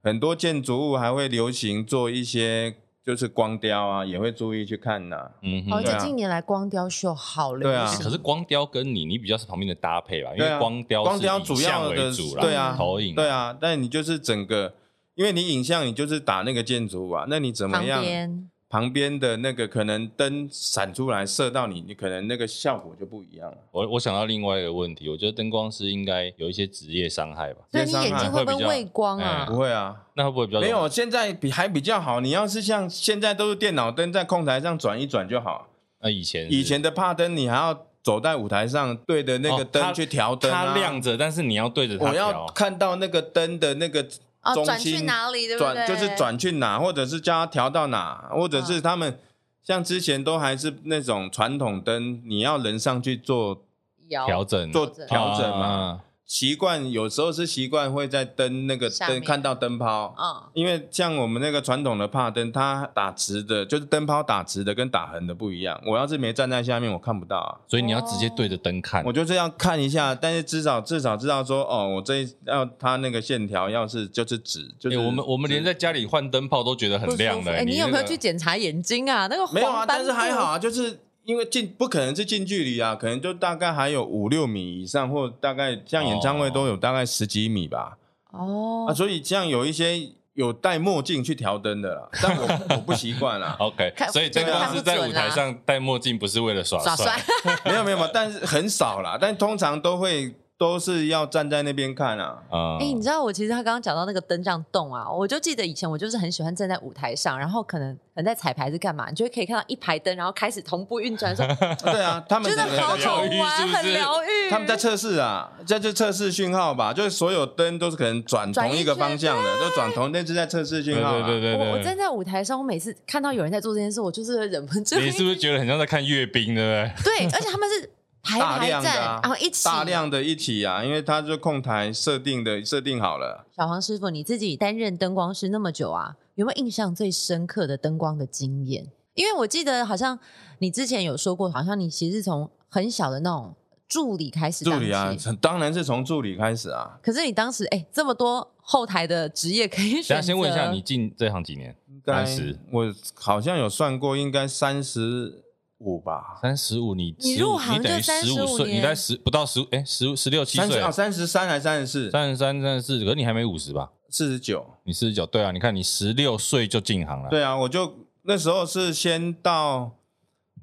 C: 很多建筑物还会流行做一些就是光雕啊，也会注意去看呐、
B: 嗯
A: 哦，而
B: 哼。
C: 对
A: 且
C: 啊
A: 近年来光雕秀好流
C: 对啊
A: 行，
B: 可是光雕跟你，你比较是旁边的搭配吧，因
C: 对
B: 为
C: 啊
B: 光雕
C: 光
B: 是
C: 雕
B: 以
C: 主
B: 像
C: 要
B: 为
C: 的
B: 主啦，
C: 对啊
B: 投影
C: 对，啊，但你就是整个，因为你影像你就是打那个建筑物啊，那你怎么
A: 旁
C: 样？
A: 边
C: 旁边的那个可能灯闪出来射到你，你可能那个效果就不一样了。
B: 我我想到另外一个问题，我觉得灯光师应该有一些职业伤害吧？
A: 对
C: 直
A: 你
C: 接伤
A: 眼
C: 害
A: 睛会不
B: 会
A: 会
B: 比较
A: 畏光啊？
B: 哎
C: 不会啊，
B: 那会不会比较
C: 没？有，现在比还比较好。你要是像现在都是电脑灯在控台上转一转就好。
B: 那以前是
C: 以前的帕灯你还要走在舞台上对着那个
B: 哦它
C: 灯去调灯、啊
B: 它亮，着，但是你要对着它
C: 我要
B: 调。
C: 看到那个灯的那个
A: 哦，
C: 中
A: 转去
C: 心
A: 哪里？对不对？嗯
C: 转，就是。转去哪，或者是叫它调到哪，或者是他们像之前都还是那种传统灯，你要人上去做
B: 调
A: 摇，
B: 整
C: 做
A: 调整
C: 调整嘛。
B: 啊
C: 习惯有时候是习惯会在灯那个
A: 下
C: 灯
A: 面
C: 看到灯泡，
A: 嗯，
C: 因为像我们那个传统的帕灯，它打直的，就是灯泡打直的跟打横的不一样。我要是没站在下面，我看不到啊。
B: 所以你要直接对着灯看
C: 哦我。就这样看一下，但是至少至少知道说，哦，我这一要它那个线条要是就是直，就是、
B: 哎我们我们连在家里换灯泡都觉得很
A: 不舒服
B: 亮的。
A: 哎，你有
B: 那
A: 没有
B: 个
A: 去检查眼睛啊？那个
C: 没有啊，
A: 黄斑
C: 但是还
A: 部
C: 好啊，就是因为近不可能是近距离啊，可能就大概还有五六米以上，或大概像演唱会都有大概十几米吧。
A: 哦
C: 啊，。所以像有一些有戴墨镜去调灯
B: [laughs]
C: 的啦，但我我不习惯啦。
B: OK，
A: 看啊
B: 所以灯光师在舞台 [laughs] 上戴墨镜不是为了耍
A: 耍
B: 帅
A: 帅，
C: 没有没有，没有但是很少啦。但通常都会都是要站在那边看啊。
B: 啊
A: 哎、你知道我其实他刚刚讲到那个灯这样动啊，我就记得以前我就是很喜欢站在舞台上，然后可能可能在彩排是干嘛，你就会可以看到一排灯，然后开始同步运转的时候，
C: 对啊，他们
A: 真
C: 整个
A: 的好好
B: 疗愈是
A: 玩，
B: 不是
A: 很疗愈。
C: [laughs] 他们在测试啊，这就测试讯号吧，就是所有灯都是可能转
A: 转
C: 同
A: 一
C: 一个
A: 圈
C: 方向的，都转同，那是在测试
B: 对
C: 讯号、啊。
B: 对 [laughs] 对对对，
A: 我我站在舞台上，我每次看到有人在做这件事，我就是会忍不住。
B: 你是不是觉得很像在看阅兵，对不对？
A: 对，而且他们是排
C: 大
A: 排
C: 量的
A: 站，
C: 啊
A: 然后一起。
C: 大量的一体啊，因为它就控台设定的设定好了。
A: 小黄师傅，你自己担任灯光师那么久啊，有没有印象最深刻的灯光的经验？因为我记得好像你之前有说过，好像你其实是从很小的那种助理开始
C: 助
A: 当
C: 理啊
A: 起，
C: 当然是从助理开始啊，
A: 可是你当时哎、这么多后台的职业可以选
B: 等
A: 择
B: 下先问一下，你进这行几年？
C: 应该
B: 30
C: 我好像有算过，应该三十五吧，
B: 三十五，你
A: 你
B: 15
A: 入行
B: 你等于
A: 就35
B: 十五岁，
A: 年
B: 你在十不到十哎十十六七
C: 三十
B: 岁
C: 哦，，三十三还是三十四，
B: 三十三、三十四，可是你还没五十吧？
C: 四十九。
B: 你四十九，对啊，你看你十六岁就进行了，
C: 对啊，我就那时候是先到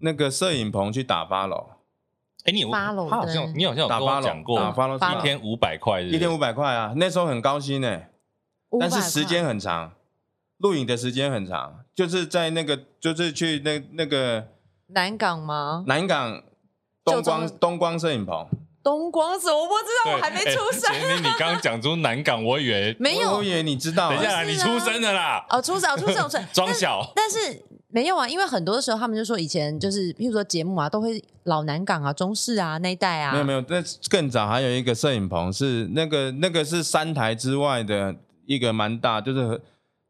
C: 那个摄影棚去打发喽，
B: 哎，你有
A: 发了
B: 他好像
A: 对
B: 你好像有
C: 打
B: 跟
C: 发
B: 我
C: 喽
B: 讲，过，
C: 打发喽，
A: 发
B: 一天五百块，
C: 一天
B: 五
C: 五百块啊，那时候很高兴呢、
A: 500
C: 但是
A: 块
C: 时间很长，录影的时间很长，就是在那个就是去那那个
A: 南港吗？
C: 南港
A: 嗯
C: 东
A: 就
C: 光
A: 中
C: 东光摄影棚，
A: 东光什么？我不知道，我还没
C: [laughs]
A: 出生。
B: 前面你刚刚讲出南港，我以为
A: [laughs] 没有
C: 哎我以为你知道、
B: 等一
C: 啊，
B: 下啦，
A: 不
B: 你
A: 是啊
B: 出生了啦，，
A: 哦，出生出生出生
C: [laughs]
B: 装小
A: 但是没有啊，因为很多的时候他们就说以前就是，譬如说节目啊，都会老南港啊、中式啊那一带啊，
C: 没有没有，那更早还有一个摄影棚是那个那个是三台之外的一个蛮大，就是和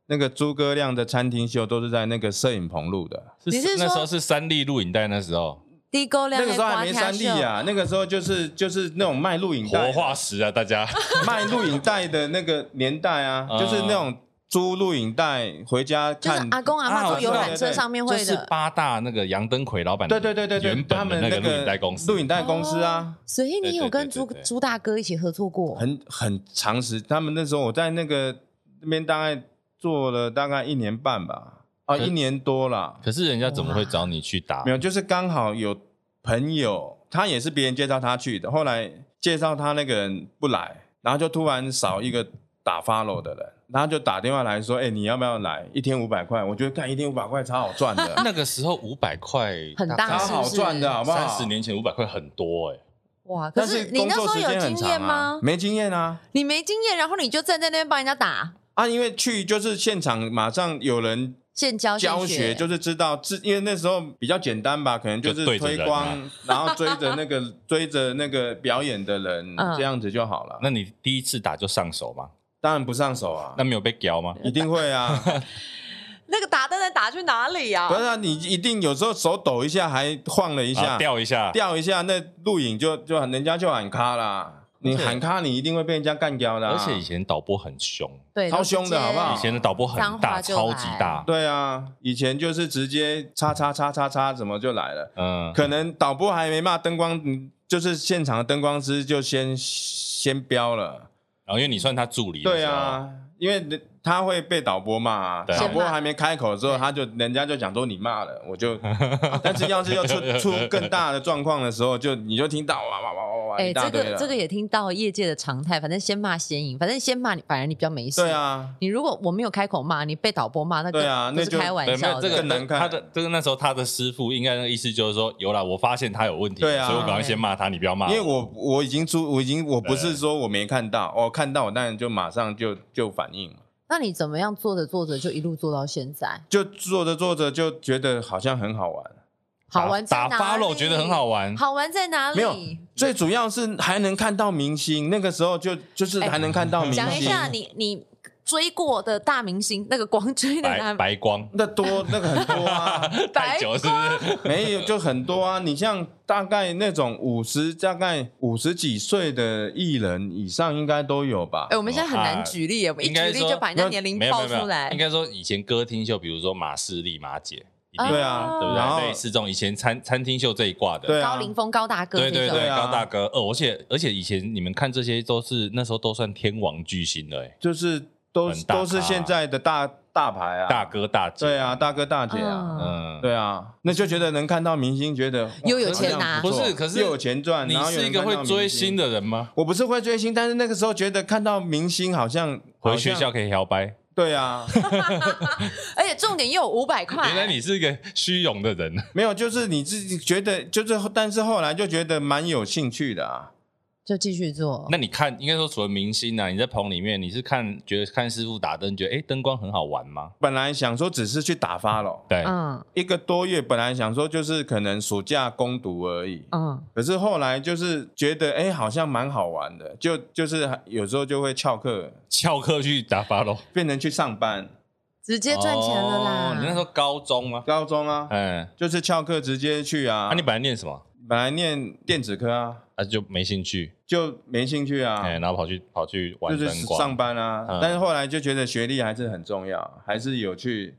C: 那个诸葛亮的餐厅秀都是在那个摄影棚录的。
A: 你是
B: 那
A: 说
B: 时候是三立录影带，那时候
A: 地沟量
C: 那个时候还没三 D 啊，那个时候就是就是那种卖录影带
B: 活
C: 的、
B: 化石啊，大家
C: 卖录影带的那个年代啊，
B: 嗯
C: 就是那种租录影带回家
A: 就是
C: 看。
A: 阿公阿
B: 啊
A: 妈
B: 我
A: 坐
B: 知道
A: 游览车上面
B: 就
A: 会
B: 是
A: 的，
B: 八大那个杨登魁老板，
C: 对对对对对，
B: 原本
C: 他
B: 的
C: 们
B: 那个
C: 个
B: 录影带公司，
C: 录影带公司啊，
A: 所以你有跟
B: 对对
A: 朱
B: 对对对
A: 朱大哥一起合作过，
C: 很很长时，他们那时候我在那个那边大概做了大概一年半吧，啊，
B: 可
C: 一年多啦。
B: 可是人家怎么会找你去打
C: 没？有，就是刚好有朋友，他也是别人介绍他去的，后来介绍他那个人不来，然后就突然少一个打 follow 的人，然后就打电话来说，哎、你要不要来？一天五百块，我觉得干一天五百块超好赚的，
B: 那个时候五百块
A: 啊很大
C: 超
A: 是不
C: 好
A: 是
C: 赚的，好不好？
B: 三十。年前五百块很多哎、
A: 哇！可
C: 但
A: 是你
C: 工
A: 那时
C: 作
A: 候
C: 时
A: 有
C: 间很
A: 经
C: 长
A: 验
C: 啊
A: 吗，？
C: 没经验啊
A: 你没经验，然后你就站在那边帮人家打
C: 啊！因为去就是现场马上有人
A: 现教现
C: 教学，就是知道自，因为那时候比较简单吧，可能就是
B: 就对着
C: 推
B: 人啊
C: 光，
B: [laughs]
C: 然后追着那个追着那个表演的人，
A: 嗯
C: 这样子就好了。
B: 那你第一次打就上手吗？
C: 当然不上手啊
B: 那，没有被屌吗？
C: 一定
B: [laughs]
C: 会啊，
A: 那个打灯的打去哪里啊
C: 不？是啊，你一定有时候手抖一下，还晃了一
B: 啊
C: 下，
B: 掉一下，
C: 掉一下，那录影就就人家就喊卡啦，你
B: 而且
C: 喊卡，你一定会被人家干掉的啊。
B: 而且以前导播很凶，
A: 对，
C: 超凶的好不好
B: 以前的导播很大，
A: 脏
B: 超
A: 话就来
B: 级大，
C: 对啊，以前就是直接叉叉叉叉叉怎么就来了，
B: 嗯，
C: 可能导播还没骂灯光，嗯就是现场的灯光师就先先标了。
B: 然后因为你算他助理，
C: 对，啊，因为他会被导播骂啊，
B: 对啊
C: 导播
A: 先骂
C: 还没开口的时候，他就人家就讲说你骂了，我
B: [laughs]
C: 就，但是要是要出出更大的状况的时候，就你就听到哇哇哇哇哇
A: 哎、
C: 一大
A: 这
C: 堆
A: 个
C: 了。
A: 这个也听到业界的常态，反正先骂先赢，反正先骂你，反而你比较没事。
C: 对，啊，
A: 你如果我没有开口骂，你被导播骂，那个
C: 对啊
A: 不是
C: 那就
A: 开玩
B: 对，没
A: 笑
B: 有
A: 的。
B: 这个
C: 更难看
B: 他的这个那时候他的师傅应该那个意思就是说，有啦，我发现他有问题，
C: 对啊
B: 所以我赶快先骂他，你不要骂
C: 因
B: 我，
C: 为我我已经出，我已经我不
B: 对
C: 是说我没看到，我看到我当然就马上就就反应嘛，
A: 那你怎么样做着做着就一路做到现在？
C: 就做着做着就觉得好像很好玩，
A: 好玩在
B: 打
A: 哪里？
B: 打 follow 觉得很
A: [laughs]
B: 好玩，
A: 好玩在哪里？
C: 没有最主要是还能看到明星，那个时候就就是还能看到明星，
A: 哎讲一下你你追过的大明星，那个光追的
B: 白
A: 大
B: 白光
C: 那多那个很多啊。
B: [laughs] 太久了是不是？
C: 没有，就很多啊。你像大概那种五十，大概五十几岁的艺人以上，应该都有吧
A: 哎、？我们现在
C: 啊
A: 很难举例耶，我们一
B: 应
A: 举
B: 该
A: 例
B: 说
A: 就把人家年龄
B: 没有没
A: 爆
B: 有没有
A: 出来
B: 应。该说以前歌厅秀，比如说马士利、马姐，一定
A: 啊
B: 有
C: 对啊，
B: 对不
C: 然后
B: 对？类似这种以前餐餐厅秀这一挂的，
C: 对啊
A: 高凌风、高大哥
B: 对
A: 那种，
B: 对
C: 对啊
B: 高大哥，呃，而且而且以前你们看这些都是那时候都算天王巨星了，哎，
C: 就是都
B: 很大咖
C: 都是现在的大大牌啊，
B: 大哥大姐，
C: 对啊，大哥大姐啊，
A: 嗯，
B: 嗯，
C: 对啊，那就觉得能看到明星，觉得哇
A: 又有钱拿
C: 好像错
B: 不是可是
C: 又有钱赚，
B: 你
C: 啊然后又
B: 是一
C: 能
B: 个
C: 看
B: 会
C: 到
B: 追
C: 明星
B: 星的人吗？
C: 我不是会追星，但是那个时候觉得看到明星好像
B: 回学，
C: 好
B: 校
C: 像
B: 可以摇摆。[laughs]
C: 对啊，
A: 而且重点又有五百块，
B: 原来你是一个虚荣的人，
C: 没有，就是你自己觉得，就是但是后来就觉得蛮有兴趣的啊。
A: 就继续做
B: 那。你看，应该说除了明星啊，你在棚里面，你是看觉得看师傅打灯，觉得哎灯光很好玩吗？
C: 本来想说只是去打发咯，
B: 对，
A: 嗯
C: 一个多月，本来想说就是可能暑假攻读而已。
A: 嗯，
C: 可是后来就是觉得，哎、好像蛮好玩的，就就是有时候就会翘课，
B: 翘课去打
A: [laughs]
B: 发喽，
C: 变成去上班。
A: 直接赚钱了啦。
B: 哦你那时候高中吗？
C: 高中啊，
B: 嗯，
C: 就是翘课直接去啊。
B: 啊，你本来念什么？
C: 本来念电子科啊，
B: 啊，就没兴趣，
C: 就没兴趣啊。
B: 哎，然后跑去跑去玩
C: 就是
B: 灯光，
C: 上班啊，
B: 嗯
C: 但是后来就觉得学历还是很重要，还是有去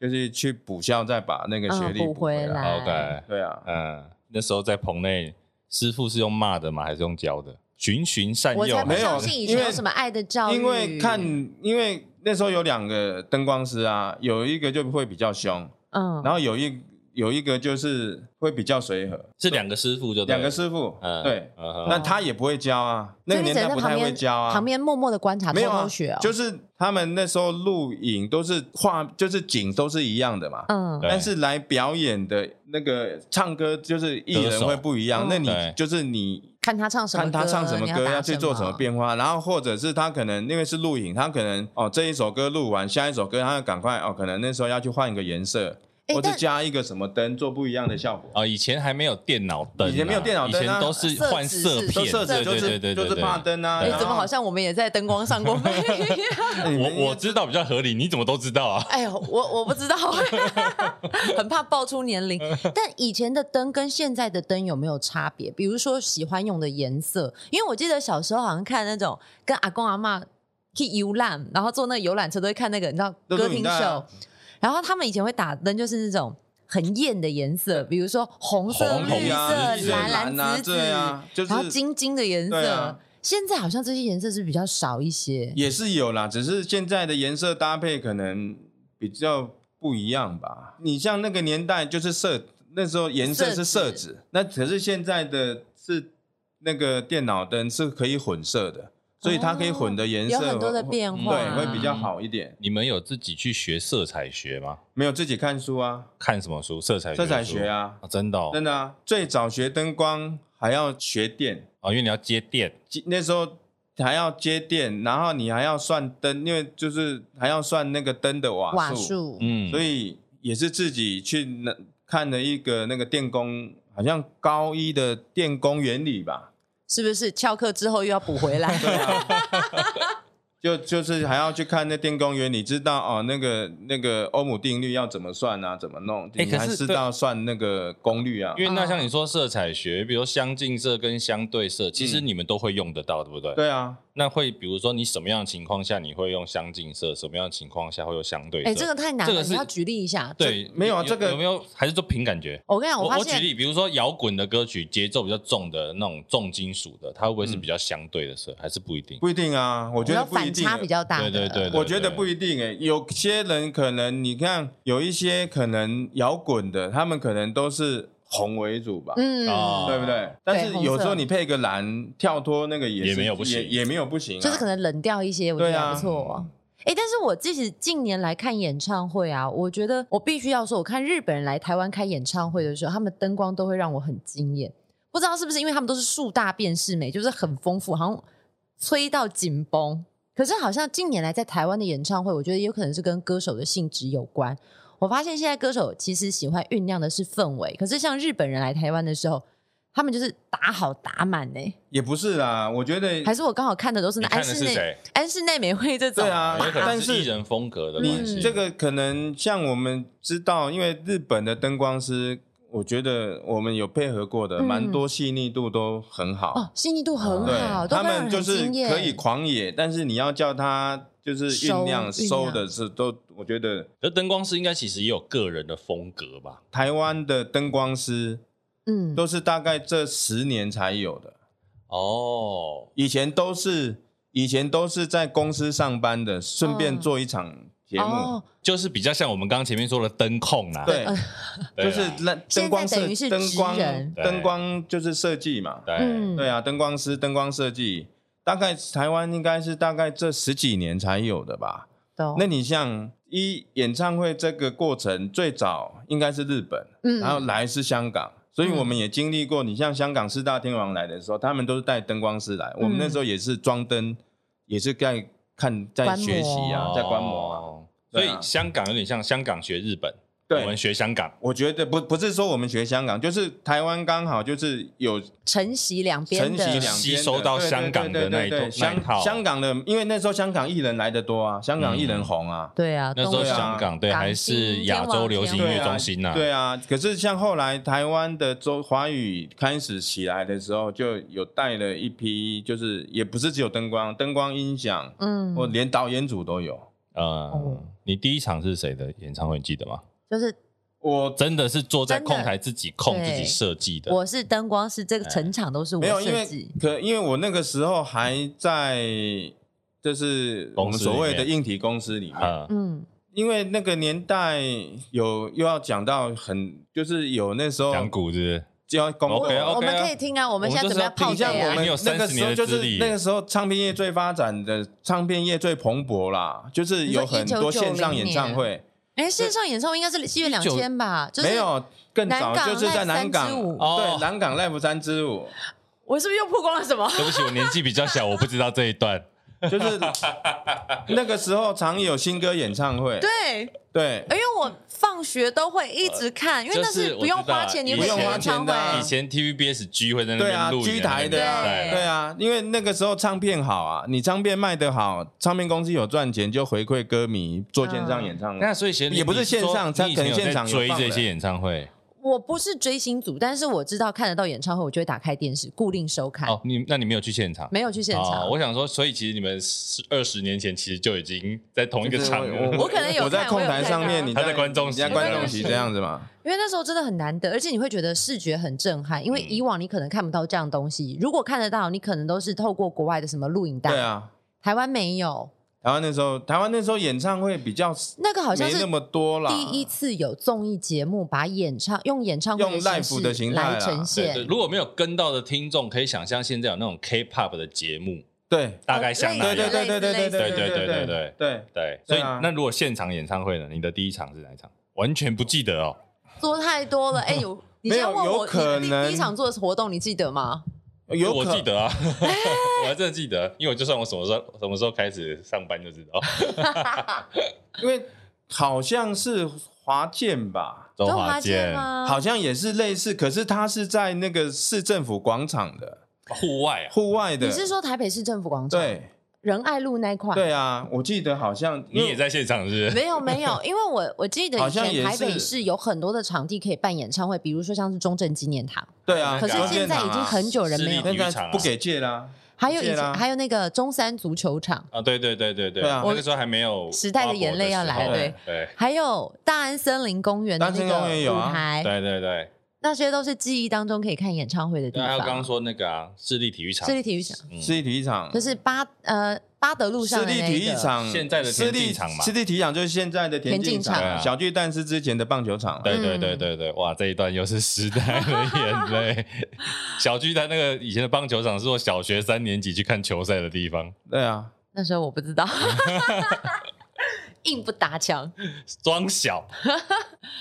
C: 就是去补校，再把那个学历
A: 嗯补
C: 回
A: 回来
B: OK，
C: 对啊，
B: 嗯，那时候在棚内，师傅是用骂的吗？还是用教的？循循善
A: 我
B: 诱
A: 才
B: 吗，
A: 不
C: 没有
A: 相信以前有什么爱的教育，
C: 因为看，因为那时候有两个灯光师啊，有一个就会比较凶，
A: 嗯，
C: 然后有一有一个就是会比较随和，
B: 是两个师傅就对了
C: 两个，师傅，
B: 嗯，
C: 对，
B: 嗯哼
C: 那他也不会教啊，那个
A: 所以你
C: 年
A: 只能
C: 代
A: 在
C: 不
A: 旁
C: 太会
A: 边
C: 教啊，
A: 旁边默默的观察，偷
C: 没有啊
A: 偷学哦，，
C: 就是他们那时候录影都是画，就是景都是一样的嘛，
A: 嗯
B: 对
C: 但是来表演的那个唱歌，就是艺
B: 歌
C: 人
B: 手
C: 会不一样
A: 嗯。
C: 那你
B: 对
C: 就是你
A: 看他唱什么
C: 看
A: 歌，
C: 他唱什么
A: 你
C: 歌，
A: 打
C: 要去做什么变化，然后或者是他可能因为是录影，他可能哦这一首歌录完，下一首歌他要赶快哦，可能那时候要去换一个颜色，
A: 诶
C: 或者
A: 但
C: 加一个什么灯，做不一样的效果。
B: 哦，以前还没有电脑灯啊，
C: 以前没有电脑灯啊
B: 以前都是换色片，
A: 色纸
C: 都设置
B: 对
C: 就
B: 对对
C: 是
B: 对对，
C: 就是
B: 对
C: 怕。灯啊，
A: 哎、
C: 然后
A: 怎么好像我们也在灯光上过飞？
C: 哎
B: 我我知道比较合理，你怎么都知道啊？
A: [laughs]
B: [laughs]
A: 哎呦，我我不知道， [laughs] 很怕爆出年龄。但以前的灯跟现在的灯有没有差别？比如说喜欢用的颜色，因为我记得小时候好像看那种跟阿公阿妈去游览，然后坐那个游览车都会看那个，你知道
C: 都
A: 歌
C: 是
A: 厅
C: 领
A: 秀，
C: 带啊
A: 然后他们以前会打灯，就是那种。很艳的颜色，比如说红色、
B: 红
A: 绿
C: 绿
A: 色、
C: 啊
B: 绿色
A: 蓝、
C: 蓝啊
A: 紫紫，
C: 对啊就是
A: 然后金金的颜
C: 对
A: 色。
C: 啊
A: 现在好像这些颜色是比较少一些。
C: 也是有啦，只是现在的颜色搭配可能比较不一样吧。你像那个年代就是色，那时候颜色是色
A: 色
C: 纸，那可是现在的是那个电脑灯是可以混色的，所以它可以混的颜色
A: 哦有很多的
C: 会
A: 变
B: 嗯
A: 化，
C: 对，会比较好一点。
B: 你们有自己去学色彩学吗？
C: 没有自己看书啊，
B: 看什么书？色彩
C: 色彩
B: 书
C: 学啊，
B: 哦，真的哦
C: 真的啊，最早学灯光还要学电，
B: 哦，因为你要接电，
C: 那时候。还要接电，然后你还要算灯，因为就是还要算那个灯的
A: 瓦数，
B: 嗯，
C: 所以也是自己去那看了一个那个电工，好像高一的电工原理吧，
A: 是不是翘课之后又要补回来？
C: [laughs] 对啊，就就是还要去看那电工原理，知道哦那个那个欧姆定律要怎么算啊，怎么弄，
B: 哎
C: 你
B: 可
C: 还
B: 是
C: 知道算那个功率啊
B: 因。为那像你说色彩学，比如相近色跟相对色，其实
C: 嗯
B: 你们都会用得到，对不对？。
C: 对啊，
B: 那会比如说你什么样的情况下你会用相近色，什么样的情况下会用相对色？
A: 哎，这个太难
B: 这
A: 了，
B: 个是
A: 你要举例一下。
B: 对
C: 没有啊这个
B: 有没有还是都凭感觉？
A: 哦我跟你讲，
B: 我
A: 发
B: 我举
A: 现
B: 例，比如说摇滚的歌曲，节奏比较重的那种重金属的，它会不会是比较相对的色，还是不一定？
C: 嗯不一定啊，我
A: 我
C: 觉得不一
A: 反
C: 定、
A: 差比较大的，
B: 对对对
C: 我觉得不一定诶、有些人可能你看有一些可能摇滚的，他们可能都是红为主吧，
B: 哦
A: 嗯，
C: 对不对？但是
A: 红
C: 有
A: 色
C: 时候你配个蓝跳脱那个也是
B: 也没有不行
C: 也也没有不行啊、
A: 就是可能冷掉一些，我觉
C: 对
A: 得
C: 啊
A: 还不错哦。哎，但是我自己近年来看演唱会啊，我觉得我必须要说，我看日本人来台湾开演唱会的时候，他们灯光都会让我很惊艳。不知道是不是因为他们都是树大便是美，就是很丰富，好像吹到紧绷。可是好像近年来在台湾的演唱会，我觉得也有可能是跟歌手的性质有关。我发现现在歌手其实喜欢酝酿的是氛围，可是像日本人来台湾的时候，他们就是打好打满呢、
C: 也不是啦。我觉得
A: 还是我刚好看的都是
B: 嗯你
A: 那
B: 看
A: 安
B: 的
A: 室
B: 是
A: 内
B: 谁？
A: 安室奈美惠这种，
C: 对啊
B: 有可能
C: 但
B: 是
C: 是嗯
B: 艺人风格的关
A: 嗯
B: 系。
C: 你这个可能像我们知道，因为日本的灯光师，我觉得我们有配合过的，
A: 嗯
C: 蛮多细腻度都很好。
A: 哦，细腻度很
C: 对
A: 好，，都
C: 他
A: 会让
C: 们
A: 人
C: 就是
A: 惊艳
C: 可以狂野，但是你要叫他就是
A: 收
C: 酝酿
A: 酝
C: 收
A: 酿
C: 的是都，我觉得
B: 可是灯光师应该其实也有个人的风格吧？
C: 台湾的灯光师
A: 嗯，
C: 都是大概这十年才有的。
B: 哦，
C: 以前都是以前都是在公司上班的，顺便做一场节目，
A: 嗯哦，呃
B: 就是比较像我们刚刚前面说的灯控啦。
C: 对，
B: 对
C: 就
B: 啊
C: 是那
A: 现在
C: 灯光
A: 等于是
C: 设灯光
A: 职人
C: 灯光就是设计嘛，
B: 对，
A: 嗯
C: 对啊，灯光师、灯光设计，大概台湾应该是大概这十几年才有的吧。
A: 懂
C: 那你像一演唱会这个过程，最早应该是日本，
A: 嗯
C: 然后来是香港，所以我们也经历过。你像香港四大天王来的时候，他们都是带灯光师来，
A: 嗯
C: 我们那时候也是装灯，也是在看、在
A: 观摩
C: 学习啊，在观摩啊。
B: 哦。所
C: 对啊
B: 以香港有点像香港学日本，
C: 对
B: 我们学香港。
C: 我觉得不不是说我们学香港，就是台湾刚好就是有
A: 承袭两边
C: 承袭
A: 的
C: 两边的
B: 吸收到香港的那一
C: 对对对对对
B: 那一套
C: 香香港的，因为那时候香港艺人来的多啊，香港艺人红啊。
A: 对啊，
B: 那时候
A: 东
C: 对啊
B: 香港对
A: 港
B: 还
A: 星
B: 是亚洲流行音
A: 天王
B: 乐中心呐，
C: 对啊，可是像后来台湾的中华语开始起来的时候，就有带了一批，就是也不是只有灯光、灯光音响，
A: 嗯，
C: 或连导演组都有。
A: 哦
B: 呃，你第一场是谁的演唱会？你记得吗？
A: 就是
C: 我
B: 真的是坐在
A: 真的
B: 控台自己控
A: 对
B: 自己设计的，
A: 我是灯光师，这个整场都是我
C: 哎没有，因
A: 设
C: 为
A: 计，
C: 可因为我那个时候还在，就是我
B: 公
C: 们
B: 司
C: 所谓
B: 里
C: 的
B: 面
C: 硬体公司里面，
B: 嗯，
A: 嗯，
C: 因为那个年代有又要讲到很，就是有那时候
B: 讲古是不是？
C: 就要公布
B: OK 啊
A: 我们
B: OK 啊
A: 可以听啊，我
B: 我
A: 们现在
B: 就
A: 准
B: 是
A: 备
B: 要
A: 泡
C: 你
A: 茶
B: 定向
C: 像我
A: 啊
B: 我？们
C: 们
B: 有
C: 那个
B: 30
C: 时
B: 年
C: 候
B: 的
C: 就是
B: 资历
C: 那个时候唱片业最发展的，唱片业最蓬勃啦，就是有很多线上演唱会，
A: 哎，线上演唱会应该是西元两千吧？就是
C: 没，有更
A: 南
C: 早
A: 港
C: 就是在
A: Live
C: 南港，
A: 三支舞
B: 哦
C: 对，南港 Live 三支舞，
A: 我是不是又曝光了什么？
B: 对不起，我年纪比较小，我不知道这一段。
C: 就是
B: [laughs]
C: 那个时候常有新歌演唱会，
A: 对，
C: 对，
A: 因为我放学都会一直看，因为那
B: 就是
A: 是不用花钱，你
B: 我
A: 会
B: 知道
A: 去演唱
C: 不用花钱的啊
A: 会
B: 以。前 TVBS G 会在那
C: 对啊
B: 边录
C: ，G
B: 影啊
C: 台的啊，
A: 对
C: 对啊，因为那个时候唱片好啊，你唱片卖得好，唱片公司有赚钱就回馈歌迷做线上演唱会。
B: 那所以其实你
C: 也不是线上
B: 你
C: 他
B: 以
C: 可
B: 前
C: 能
B: 有在
C: 现场有
B: 追
C: 放
B: 这
C: 的
B: 些演唱会
A: 我不是追星族，但是我知道看得到演唱会，我就会打开电视固定收看，
B: 哦，你那你没有去现场？
A: 没有去现
B: 哦
A: 场。
B: 我想说，所以其实你们十二十年前其实就已经在同一个
C: 就是
B: 场
C: 我
B: 了。
A: 我可能有
C: 我在
A: 看
C: 控
A: 我有
C: 台
A: 看
C: 上
A: 啊
C: 面，你
B: 他在观众
C: 你
B: 席
C: 在观众席
A: 对
C: 这样子嘛。
A: 因为那时候真的很难得，而且你会觉得视觉很震撼，因为
C: 嗯
A: 以往你可能看不到这样的东西，如果看得到，你可能都是透过国外的什么录影带，
C: 对啊，
A: 台湾没有，
C: 台湾那时候，台湾那时候演唱会比较
A: 那个好像
C: 没
A: 是
C: 那么多啦。
A: 第一次有综艺节目把演唱用演唱会
C: 用
A: 的
C: live 的
A: 形
C: 形
A: 式
C: 态啦
A: 来呈
B: 对对，
A: 现，
B: 如果没有跟到的听众，可以想象现在有那种 K-pop 的节目，
C: 对
B: 大概像那
A: 哦类
C: 对
B: 样。
C: 对对对对
B: 啊对
C: 对
B: 对对对
C: 对
B: 对
C: 对，
B: 对，所
C: 对
B: 以
C: 啊
B: 那如果现场演唱会呢？你的第一场是哪一场？完全不记得哦。
A: 做太多了。哎呦，你
C: 没
A: 先
C: 有
A: 问
C: 有
A: 我，
C: 可
A: 你第
C: 能
A: 第一场做的活动你记得吗？
C: 有
B: 我
C: 可
B: 记得啊， [laughs] 我还真的记得，因为我就算我什么时候什么时候开始上班就知道。
C: 因为好像是华健吧，
B: 周
A: 周华健？吗？
C: 好像也是类似，可是它是在那个市政府广场的
B: 户外啊，
C: 户外的
A: 你，是说台北市政府广场
C: 对
A: 仁爱路那一块？
C: 对 [laughs] 啊，我记得好像
B: 你也。在现场是不是？
A: [laughs] 没有没有，因为我我记得
C: 好
A: 以
C: 像也
A: 前台北
C: 是
A: 市有很多的场地可以办演唱会，比如说像是中正纪念堂，
C: 对啊，
A: 可是
C: 广
A: 现
C: 电
A: 在
C: 场
A: 已
C: 啊
A: 经很久人
B: 私
A: 没
B: 立
A: 有
B: 的。
C: 那个不给借啦，
A: 还有以
C: 见
A: 前
C: 啦
A: 还有那个中山足球场，
B: 啊，对对对对对，
C: 对啊
B: 我那个时候还没有
A: 时代的眼泪要来
C: 了
B: 对对
A: 还有大安森林公园的
C: 大安
A: 那
C: 森林公园
A: 个
C: 有
A: 舞
C: 啊
A: 台，
B: 对对对，
A: 那些都是记忆当中可以看演唱会的地
B: 对，还有刚
A: 方
B: 刚。说那个啊，市立体育场
A: 市，立体育场
B: 嗯
C: 市立体育场
A: 就是巴呃巴德路上
C: 私
A: 的
C: 立
A: 那
C: 体育
A: 个，
C: 场，
B: 现在的
C: 私
B: 田
C: 立
B: 径场嘛
C: 私立体育场就是现在的田
A: 田
C: 径
A: 径
C: 场，
A: 场
B: 啊
C: 小巨蛋是之前的棒球场嘛。啊
B: 对对
A: 嗯
B: 对对对，哇，这一段又是时代的眼泪。 [laughs] 小巨蛋那个以前的棒球场是我小学三年级去看球赛的地方，
C: 对啊，
A: 那时候我不知
C: [laughs]
A: 道，硬不搭腔。
B: 装小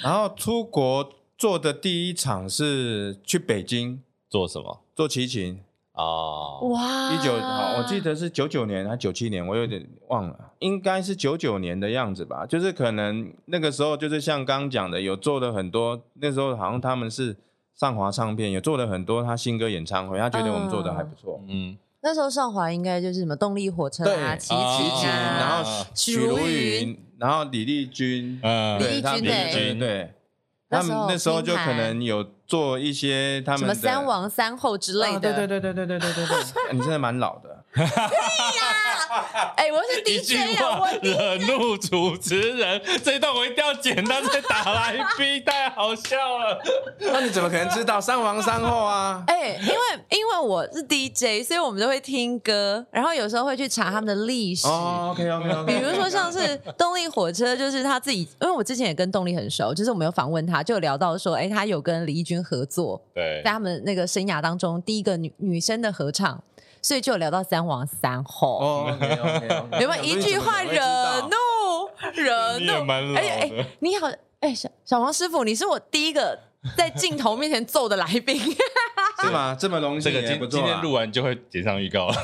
C: 然后出国做的第一场是去北京
B: 做什么
C: 做齐秦，
B: 哦，
A: 哇，
C: 一九好，我记得是九九年还九七年，我有点忘了，应该是九九年的样子吧。就是可能那个时候就是像刚讲的，有做了很多，那时候好像他们是上华唱片有做了很多他新歌演唱会，他觉得我们做的还不错。
B: 嗯，
A: 那时候上华应该就是什么动力火车啊、
C: 对
A: 齐
B: 啊
A: 秦
C: 齐秦，
A: 啊，
C: 然后
A: 许
C: 许
A: 茹
C: 茹
A: 芸
C: 芸，然后李丽君，
B: 呃
A: 李丽
C: 对，他
A: 君
C: 们
A: 对
C: 对对，
A: 那
C: 他
A: 时
C: 们
A: 候
C: 那时候就
A: 拼
C: 可
A: 盘
C: 能有做一些他
A: 什
C: 们
A: 么
C: 的
A: 三王三后之类的。
C: 啊对对对对对对对对对，啊你真的蛮老的。
A: [laughs] 哎，我是
B: 一句
A: DJ 啊，
B: 话
A: 我
B: 惹怒主持人，这一段我一定要剪，他在打来 [laughs] 宾，太好笑了。
C: 那你怎么可能知道三王三后啊？
A: 哎，因为因为我是 DJ，所以我们都会听歌，然后有时候会去查他们的历史。
C: [laughs] 哦，OK OK OK，
A: 比如说像是动力火车，就是他自己，因为我之前也跟动力很熟，就是我们有访问他，就有聊到说，哎，他有跟李翊君合作，
B: 对
A: 在他们那个生涯当中第一个女女生的合唱，所以就有聊到三王三后，
C: 哦，OK
B: [laughs]
C: OK OK，
A: [laughs] 有没有一句话惹怒惹
B: 你也
A: 怒？
B: 蛮老
A: 而且哎
B: 的，，
A: 你好，哎，小小王师傅，你是我第一个在镜头面前揍的来
B: [laughs]
A: 宾，
C: 是吗？这么荣
B: 这
C: 幸
B: 个
C: 也不
B: 今今
C: 错
B: 天
C: 啊。
B: 录完就会剪上预
C: [laughs]
B: 告了。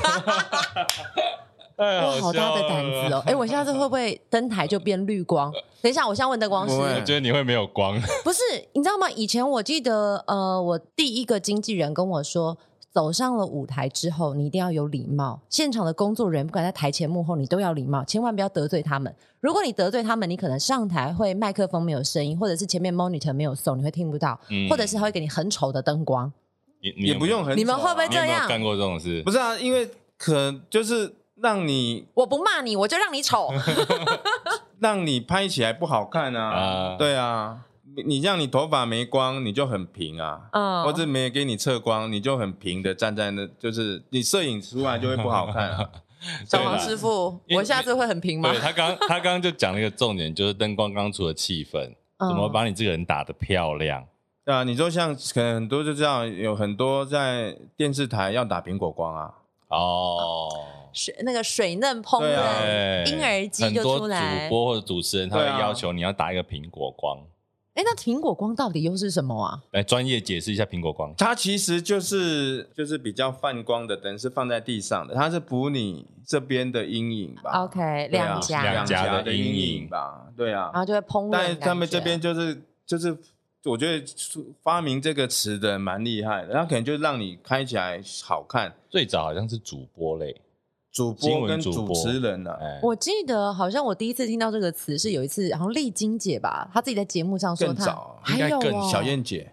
A: 哇，
B: 哇
A: 好大的胆子哦！哎，我下次会不会登台就变绿光？等一下，我先问灯光师
C: 不，会
B: 我觉得你会没有光，
A: 不是，你知道吗？以前我记得，呃，我第一个经纪人跟我说，走上了舞台之后，你一定要有礼貌。现场的工作人员，不管在台前幕后，你都要礼貌，千万不要得罪他们。如果你得罪他们，你可能上台会麦克风没有声音，或者是前面 monitor 没有送，你会听不到，
B: 嗯
A: 或者是他会给你很丑的灯光。
B: 你你
C: 也
B: 有
C: 不
B: 没有
C: 用很、啊
A: 你们会不会
B: 你有没
A: 这
B: 有
A: 样
B: 干过这种事
C: 不？是啊，因为可就是让你
A: 我不骂你，我就让你
B: [laughs]
A: 丑。
C: 让你拍起来不好看啊，
B: 啊
C: 对啊，你你让你头发没光，你就很平啊。
A: 嗯，
C: 或者没给你测光，你就很平的站在那，就是你摄影出来就会不好看啊、
A: 小
B: 对
A: 黄
B: 啦
A: 师傅，
B: 因为
A: 我下次会很平吗
B: 对？他刚他刚刚就讲了一个重点，就是灯光刚出的气氛，
A: 嗯
B: 怎么把你这个人打得漂亮？
C: 对啊，你就像可能很多就这样，有很多在电视台要打苹果光啊，
B: 哦，
A: 水那个水嫩烹
C: 对啊
A: 饪？
B: 对
A: 嗯
B: 哎
A: 婴儿机
B: 很
A: 就
B: 多
A: 出
B: 主
A: 来
B: 播或者主持人他会
C: 对啊
B: 要求你要打一个苹果光。
A: 哎，那苹果光到底又是什么啊？
B: 来，专业解释一下苹果光。
C: 它其实就是就是比较泛光的灯，是放在地上的，它是补你这边的阴影吧
A: OK，
C: 对啊
A: 亮家
B: 两
C: 两
B: 颊
C: 颊
B: 的
C: 的阴
B: 阴影
C: 影吧，对啊
A: 然，后就会烹饪的
C: 但
A: 感
C: 是
A: 觉。
C: 他们这边就是就是，我觉得发明这个词的蛮厉害的，他可能就让你开起来好看。
B: 最早好像是主播类，
C: 主
B: 新
C: 播
B: 闻
C: 跟
B: 主
C: 主
B: 播
C: 持人啊，
B: 哎，
A: 我记得好像我第一次听到这个词是有一次，好像丽晶姐吧，她自己在节目上说
C: 更
A: 她
C: 早
A: 还有
B: 应该更
A: 哦
C: 小燕姐，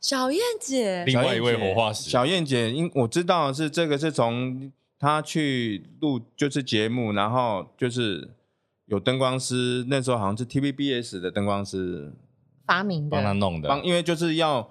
A: 小燕姐
B: 另外一位
C: 小燕姐
B: 活化石
C: 小燕姐，因我知道是这个是从她去录就是节目，然后就是有灯光师，那时候好像是 TVBS 的灯光师
A: 发明
B: 帮他
A: 的，
C: 嗯
B: 弄的，
C: 帮，因为就是要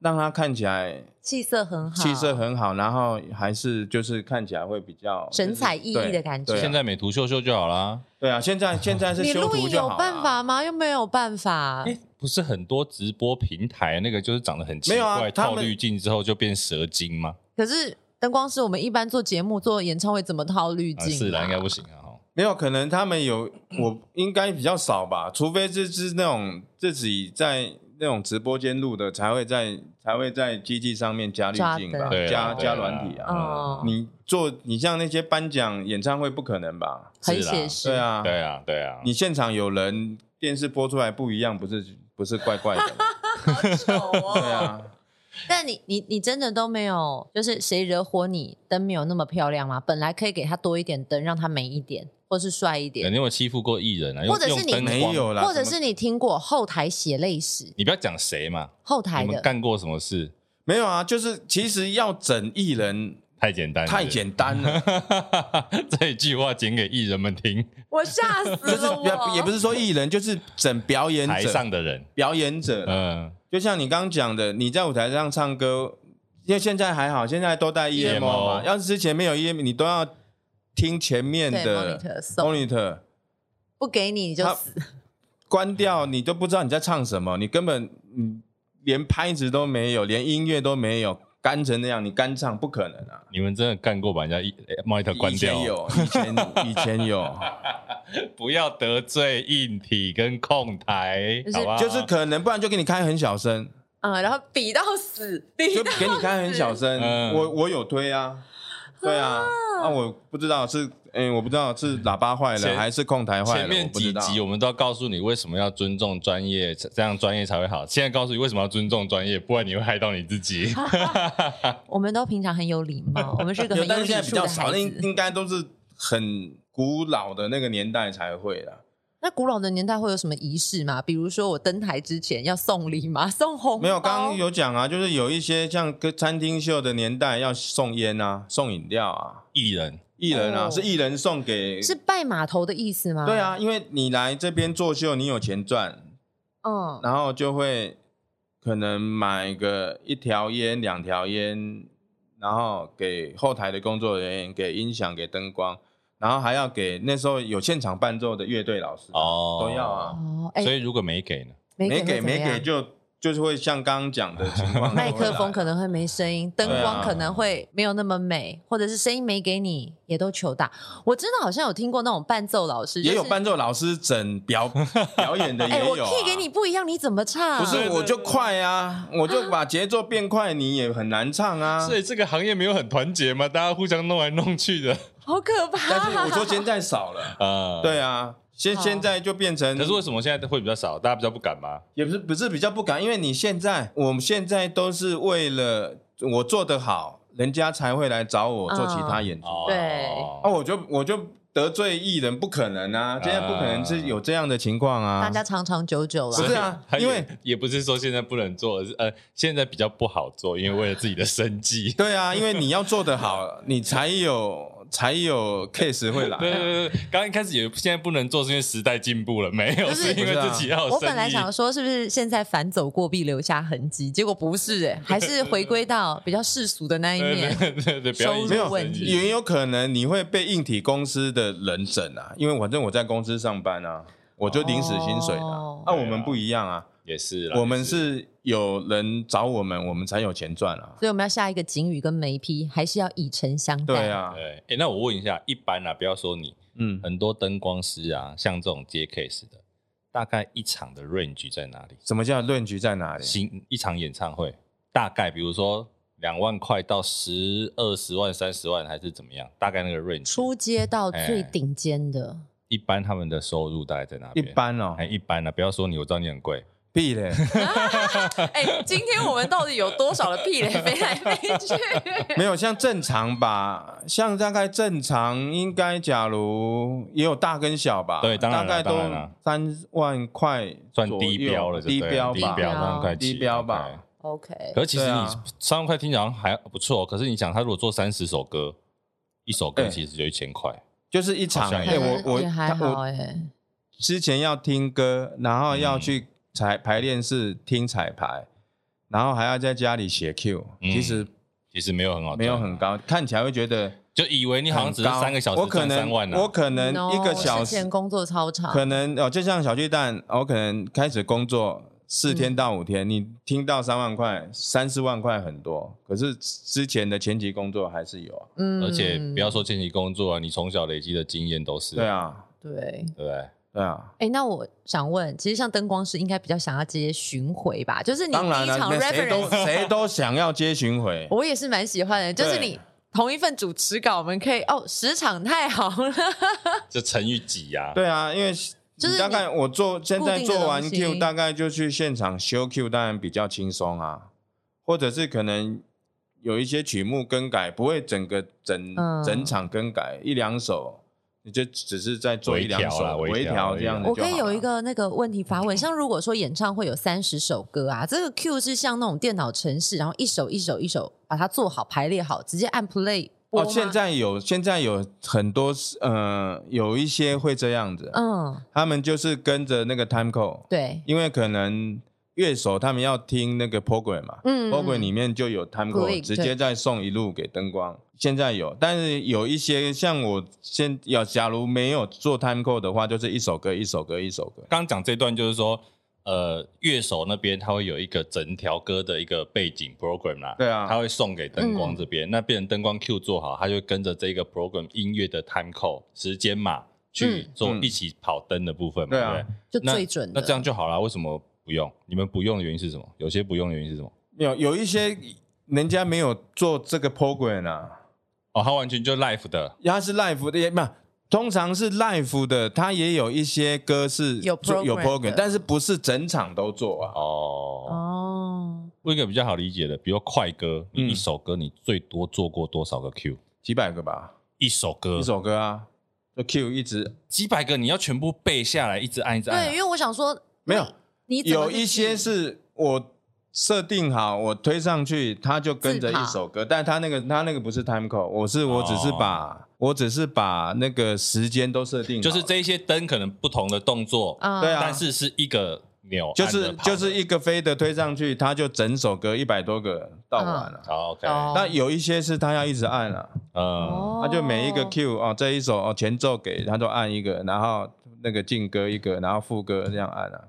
C: 让她看起来
A: 气色很好，
C: 气色很好，然后还是就是看起来会比较
A: 神采奕奕的感觉
C: 对啊
B: 现在美图秀秀就好啦。
C: 对啊，现在现在是
A: 你
C: 修
A: 录
C: 图
A: 影
C: 就
A: 有
C: 好了啊
A: 办法吗？又没有办法。
B: 哎，不是很多直播平台那个就是长得很奇
C: 没有啊
B: 怪，
C: 他
B: 套
C: 们
B: 滤镜之后就变蛇精吗？
A: 可是灯光师，我们一般做节目、做演唱会怎么套滤
B: 啊
A: 镜啊？
B: 是的，应该不行啊。哈
C: 没有，可能他们有，我应该比较少吧，除非这是那种自己在那种直播间录的，才会在才会在机器上面加滤镜吧
A: 抓
B: 对，啊，
C: 加
B: 对啊
C: 加软体啊。
A: 哦，
C: 你做你像那些颁奖演唱会不可能吧？
A: 很
B: 是啦
A: 写实。
C: 对，啊，
B: 对啊，对啊，
C: 你现场有人，电视播出来不一样，不是不是怪怪的吗？
A: 丑哦。
C: 对
B: [laughs]
C: 啊，
A: 但你你你真的都没有，就是谁惹火你灯没有那么漂亮吗？本来可以给他多一点灯，让他美一点，或是帅一
B: 肯
A: 点，
B: 定有欺负过艺人啊，用
A: 或者是你
B: 用灯
C: 没
B: 光
C: 有啦，
A: 或者
C: 怎么
A: 是你听过后台血泪史，
B: 你不要讲谁嘛，
A: 后
B: 你
A: 台
B: 们
A: 的
B: 干过什么事？
C: 没有啊？就是其实要整艺人
B: 太简单，
C: 太简单
B: [laughs]
C: 了。
B: 单， [laughs] 这一句话剪给艺人们听，
A: 我吓死
C: [laughs] 就是
A: 了我，
C: 也也不
A: 是
C: 是说艺人，就是整表演
B: 台
C: 者啊
B: 上，的人，
C: 表演者啦，
B: 嗯，
C: 就像你刚刚讲的，你在舞台上唱歌，因为现在还好，现在都带 EMO 嘛
B: EMO，
C: 要是之前没有 EMO，你都要听前面
A: 对
C: 的
A: monitor 送
C: monitor
A: 不给你你就
C: 他
A: 死，
C: 关掉，你都不知道你在唱什么，你根本你连拍子都没有，连音乐都没有，干成那样，你干唱不可能啊！
B: 你们真的干过把人家一哎 monitor 关
C: 以
B: 掉
C: 前？有，以前以前有，
B: 不要得罪硬体跟控台，
A: 就是
B: 好吧？
C: 就是可能不然就给你开很小声，
A: 嗯，然后比到死，比
C: 就 [laughs]
A: 到
C: 给你开很小
B: [laughs]
C: 声，
B: 嗯
C: 我我有推啊，对啊，啊我不知道是，哎、我不知道是喇叭坏
B: 前
C: 了还是控台坏了，
B: 前面几集
C: 我
B: 我们都要告诉你为什么要尊重专业，这样专业才会好。现在告诉你为什么要尊重专业，不然你会害到你自己。
A: 我们都平常很有礼貌，我们是
C: 不
A: 个
C: 知道，
A: 很
C: 但
A: 有礼
C: 是现在比
A: 数
C: 较
A: 的
C: 少，
A: 孩
C: 那应
A: 子。
C: 应该都是很古老的那个年代才会啦。
A: 那古老的年代会有什么仪式吗？比如说我登台之前要送礼吗？ [laughs] 送红包？
C: 没有，刚刚有讲啊，就是有一些像歌餐厅秀的年代要送烟啊，送饮料啊，
B: 艺人
C: 艺人啊、
A: 哦
C: 是艺人送给，
A: 是拜码头的意思吗？
C: 对，啊，因为你来这边作秀，你有钱赚，
A: 嗯，
C: 然后就会可能买个一条烟、两条烟，然后给后台的工作人员、给音响、给灯光，然后还要给那时候有现场伴奏的乐队老师，
B: 哦，
C: 都要啊
A: 哦，哎、
B: 所以如果没给呢？
A: 没
C: 没给
A: 会怎
C: 没
A: 么
C: 给
A: 样
C: 就就是会像刚刚讲的情
A: [laughs]
C: 况，
A: 麦克风可能会没声音，灯
C: 对
A: 光
C: 啊
A: 可能会没有那么美，或者是声音没给你，也都求打。我真的好像有听过那种伴奏老师，
C: 也有
A: 就是
C: 伴奏老师整
B: [laughs]
C: 表表演的
A: 哎、
C: 也有、
A: 我
C: 啊。
A: key 给你不一样，你怎么唱？
C: 不是，我就快啊，我就把节奏变快，你也很难唱啊。
B: 所以这个行业没有很团结嘛，大家互相弄来弄去的。
A: 好可
C: 但是
A: 怕。
C: 我说现在少了，
B: 呃，
C: [laughs] 对。啊，现
A: 好
C: 现在就变成，
B: 可是为什么现在会比较少？大家比较不敢吗？
C: 也不是不是比较不敢，因为你现在我们现在都是为了我做得好，人家才会来找我做其他演出。
B: 哦
A: 对
C: 哦，我就我就得罪艺人不可能啊，现在不可能是有这样的情况啊。
A: 大家长长久久
C: 不
A: 了
C: 是，啊
B: 他，也
C: 因为
B: 也不是说现在不能做，而是呃，现在比较不好做，因为为了自己的生计。
C: 对啊，因为你要做得好，你才有才有 case
B: [laughs]
C: 会来啊。
B: 对对对对，刚一开始也现在不能做，是因为时代进步了，没有
A: 不是
B: 是因为自己要有
A: 我本来
B: 生意
A: 想说是不是现在反走过必留下痕迹，结果不是、
C: [laughs]
A: 哎，还是回归到比较世俗的那一面。
B: 对对对对，不要影
A: 收入
C: 没
B: 响
C: 有
A: 问
B: 生
A: 题
B: 意。
C: 也有可能你会被硬体公司的人整啊，因为反正我在公司上班啊，我就领死薪水的啊。
A: 哦
C: 那、我们不一样啊，
B: 也是啦，
C: 我们
B: 也
C: 是有人找我们，我们才有钱赚啊。
A: 所以我们要下一个警语跟眉批，还是要以诚相待。
C: 对啊，
B: 对。哎、那我问一下，一般啊，不要说你，
C: 嗯，
B: 很多灯光师啊，像这种接 case 的，大概一场的 range 在哪里？
C: 什么叫论局在哪里？
B: 新一场演唱会大概，比如说两万块到十二十万、三十万，还是怎么样？大概那个 range。
A: 出街到
C: 哎
A: 最顶尖的，
B: 一般他们的收入大概在哪
C: 一
B: 边？，
C: 般哦
B: 哎，，一般啊，不要说你，我知道你很贵。
C: 必
B: [laughs]
C: 嘞，
A: 哎、今天我们到底有多少的壁垒飞来飞去？
C: 没有像正常吧，像大概正常应该，假如也有大跟小吧，
B: 对当然啦
C: 大概都
B: 当然啦
C: 三万块
B: 算
C: 左
B: 低
C: 右
B: 标了就对
C: 低
B: 了，
C: 标
B: 低
C: 吧，
B: 标
A: 低
B: 三万块起，
C: 低标吧
B: OK。
A: OK，
B: 可是其实
C: 对
B: 你
C: 啊
B: 三万块听起来好像还不错，可是你想，他如果做三十首歌，一首歌
C: 哎
B: 其实就一千块，
C: 就是一场。
B: 好像
C: 哎、
B: 也
C: 我我
A: 也还
C: 他我
A: 好哎、
C: 之前要听歌，然后要
B: 嗯
C: 去彩排练室听彩排，然后还要在家里写 Q，、
B: 嗯
C: 其实
B: 其实没有很好赚，啊
C: 没有很高，看起来会觉得很
B: 就以为你好像只是
C: 高
B: 三个小
C: 我
B: 时
C: 可
B: 赚
C: 能
B: 三万啊呢、
C: 我可能
A: No，
C: 一个小
A: 之前
C: 时，
A: 工作超长，
C: 可能哦，就像小巨蛋，我可能开始工作四天到五天，你听到三万块、三四万块很多，可是之前的前期工作还是有啊，
A: 嗯
B: 而且不要说前期工作啊，你从小累积的经验都是，
C: 对，啊，
A: 对。
B: 对不对？
C: 对啊。
A: 哎、那我想问，其实像灯光师应该比较想要接巡回吧？就是你第
C: 当然
A: 一
C: 了，
A: 场
C: 那谁都
A: reference，
C: 谁都想要接巡回，
A: [laughs] 我也是蛮喜欢的，就是
C: 对
A: 你同一份主持稿，我们可以哦，十场太好了，
B: 这乘以几呀、
C: 对啊，因为
A: 就是
C: 你大概我做现在做完
A: 固定的东
C: Q，
A: 西
C: 大概就去现场修 Q，当然比较轻松啊，或者是可能有一些曲目更改，不会整个整、
A: 嗯
C: 整场更改一两首，你就只是在做
B: 微
C: 一两
B: 调啦
C: 首
B: 微调
C: 调这样子
A: 我
C: 就好
A: 可以
C: 了。哦
A: 有一个那个问题发问，像如果说演唱会有三十首歌啊，这个 Q 是像那种电脑程式，然后一首一首一首把它做好排列好，直接按 play 播
C: 哦，
A: 吗
C: 现在有现在有很多呃，有一些会这样子，
A: 嗯，
C: 他们就是跟着那个 time code，
A: 对，
C: 因为可能乐手他们要听那个 program 嘛，
A: 嗯
C: program 里面就有 time code，
A: Click，
C: 直接再送一路给灯光。现在有，但是有一些像我现要，假如没有做 time code 的话，就是一首歌一首歌一首歌。
B: 刚刚讲这段就是说，呃，乐手那边他会有一个整条歌的一个背景 program 啦、
C: 对啊
B: 他会送给灯光这
A: 嗯
B: 边，那变成灯光 Q 做好，他就跟着这个 program 音乐的 time code 时间码去
A: 嗯
B: 做
C: 嗯
B: 一起跑灯的部分嘛，
C: 对啊
B: 不对？
A: 就
B: 那
A: 最准的。
B: 那这样就好了，为什么不用？你们不用的原因是什么？有些不用的原因是什么？
C: 没有，有一些人家没有做这个 program 啊，
B: 哦，他完全就 live 的，
C: 他是 live 的，也不，通常是 live 的，他也有一些歌是
A: 有
C: 做有
A: program 的
C: program，但是不是整场都做啊。
B: 哦。
A: 哦，
B: 问一个比较好理解的，比如快歌，你
C: 嗯
B: 一首歌你最多做过多少个 Q？
C: 几百个吧，
B: 一首歌，
C: 一首歌啊，就 Q 一直
B: 几百个，你要全部背下来，一直按一直按啊、
A: 对，因为我想说，
C: 没有，
A: 你怎么
C: 有一些是我设定好，我推上去，它就跟着一首歌，但它那个它那个不是 time code，我
B: 哦
C: 是我只是把、我只是把那个时间都设定好，
B: 就是这一些灯可能不同的动作，
A: 啊，
C: 嗯对啊
B: 但是是一个扭，
C: 就是
B: 按着跑的
C: 就是一个飞的推上去，他就整首歌一百多个到完了。
B: 好 OK，
A: 哦
C: 那有一些是他要一直按啊，
B: 嗯，
C: 他就每一个 Q 哦，这一首哦前奏给他都按一个，然后那个进歌一个，然后副歌这样按啊。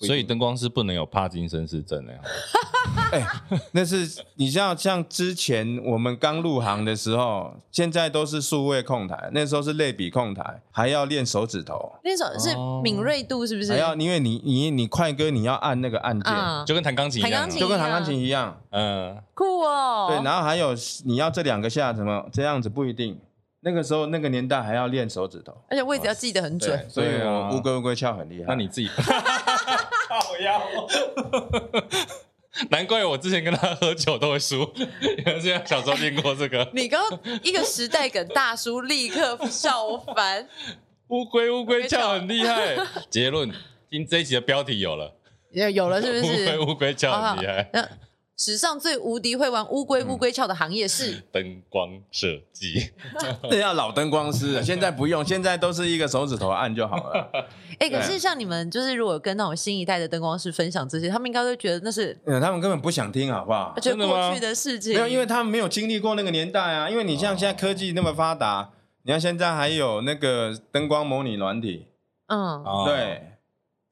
C: 不一定
B: 所以灯光师不能有帕金森氏症那样。
C: 那是你知道，像之前我们刚入行的时候，现在都是数位控台，那时候是类比控台，还要练手指头，
A: 那首是
B: 哦
A: 敏锐度是不是
C: 还？要因为你你你快歌你要按那个按键，
A: 啊
B: 就跟弹钢琴一样啊，
A: 弹钢琴
C: 就跟弹钢琴一样。
B: 嗯，
A: 酷哦，
C: 对，然后还有你要这两个下什么这样子不一定，那个时候那个年代还要练手指头，
A: 而且位置要记得很
C: 对，
A: 准，
C: 所以
B: 对啊
C: 我乌龟乌龟翘很厉害。
B: 那
C: [laughs]
B: 你自己，好呀， [laughs] 难怪我之前跟他喝酒都会输，因为现在小时候练过这
C: [laughs]
B: 个
A: 你刚刚一个时代梗大叔立刻笑翻，
B: 乌龟乌龟叫很厉害。结论，今这一集的标题有了，
A: 有有了是
B: [laughs] 乌
A: 不
B: 龟
A: 是？
B: 乌龟叫很厉
C: 啊
B: 害，
A: 那史上最无敌会玩乌龟乌龟翘的行业是
B: 灯光设计，
C: 那要老灯
B: [laughs]
C: 光师，现在不用，现在都是一个手指头按就好了。
A: 哎、可
C: 对
A: 是像你们就是如果跟那种新一代的灯光师分享这些，他们应该都觉得那是
C: 嗯，他们根本不想听，好不好？
A: 就
B: 真的吗
A: 过去的事情。
C: 没有，因为他们没有经历过那个年代啊。因为你像现在科技那么发达，你看现在还有那个灯光模拟软体，
A: 嗯，
B: 哦，
C: 对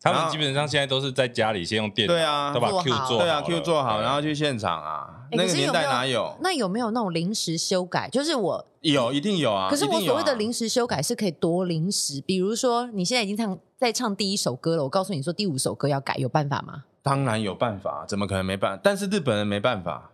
B: 他们基本上现在都是在家里先用电脑，
C: 对啊
B: 都把
A: 做
B: Q
A: 好
B: 做
C: 对啊
B: 了
C: ，Q 做好，
B: 哦对
C: 然后去现场
A: 哎
C: 啊。那
A: 可
C: 个
A: 是
C: 年
A: 有没
C: 代
A: 有
C: 哪有？
A: 那有没有那种临时修改？就是我，
C: 有一定有啊。
A: 可是我
C: 一定有
A: 所
C: 啊
A: 谓的临时修改是可以多临时，比如说你现在已经唱在唱第一首歌了，我告诉你说第五首歌要改，有办法吗？
C: 当然有办法，怎么可能没办？但是日本人没办法，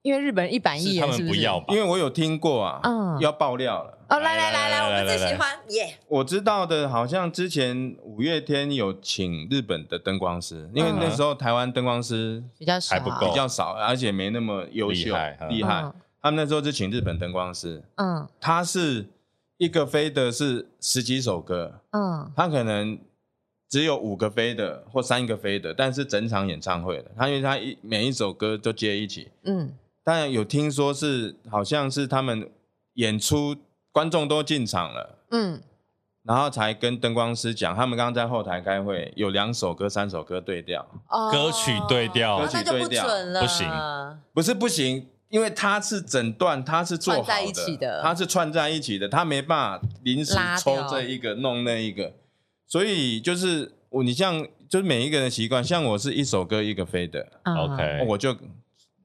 A: 因为日本人一板一
B: 是
A: 眼
B: 他，
A: 是
B: 们
A: 不
B: 不
A: 是？
B: 要吧
C: 因？为我有听过啊，
A: 嗯
C: 要爆料了。
A: 哦，来来来来，我
B: 来来
A: 们最
B: 来
A: 喜欢耶！
C: 我知道的，好像之前五月天有请日本的灯光师，因为
A: 嗯
C: 那时候台湾灯光师
A: 比较少，
B: 还不够
C: 比较少，而且没那么优秀
B: 哦厉害嗯
C: 厉害。他们那时候就请日本灯光师，
A: 啊嗯
C: 他是一个飞的是十几首歌，
A: 嗯
C: 他可能只有五个飞的或三个飞的，但是整场演唱会的，他因为他一每一首歌都接一起。
A: 嗯
C: 当然有听说是好像是他们演出观众都进场了。
A: 嗯
C: 然后才跟灯光师讲，他们刚刚在后台开会，有两首歌、三首歌对调，
A: 哦，
B: 歌曲对调
A: 哦那就
C: 歌曲
A: 不
C: 对调
A: 准了，
B: 不行
C: 不是不行，因为它是整段，它是做好
A: 串在一起的
C: 它是串在一起的，它没办法临时
A: 拉
C: 抽
A: 掉
C: 这一个弄那一个，所以就是我你像就是每一个人习惯，像我是一首歌一个飞的，
A: 嗯
B: OK，
C: 我就
B: 可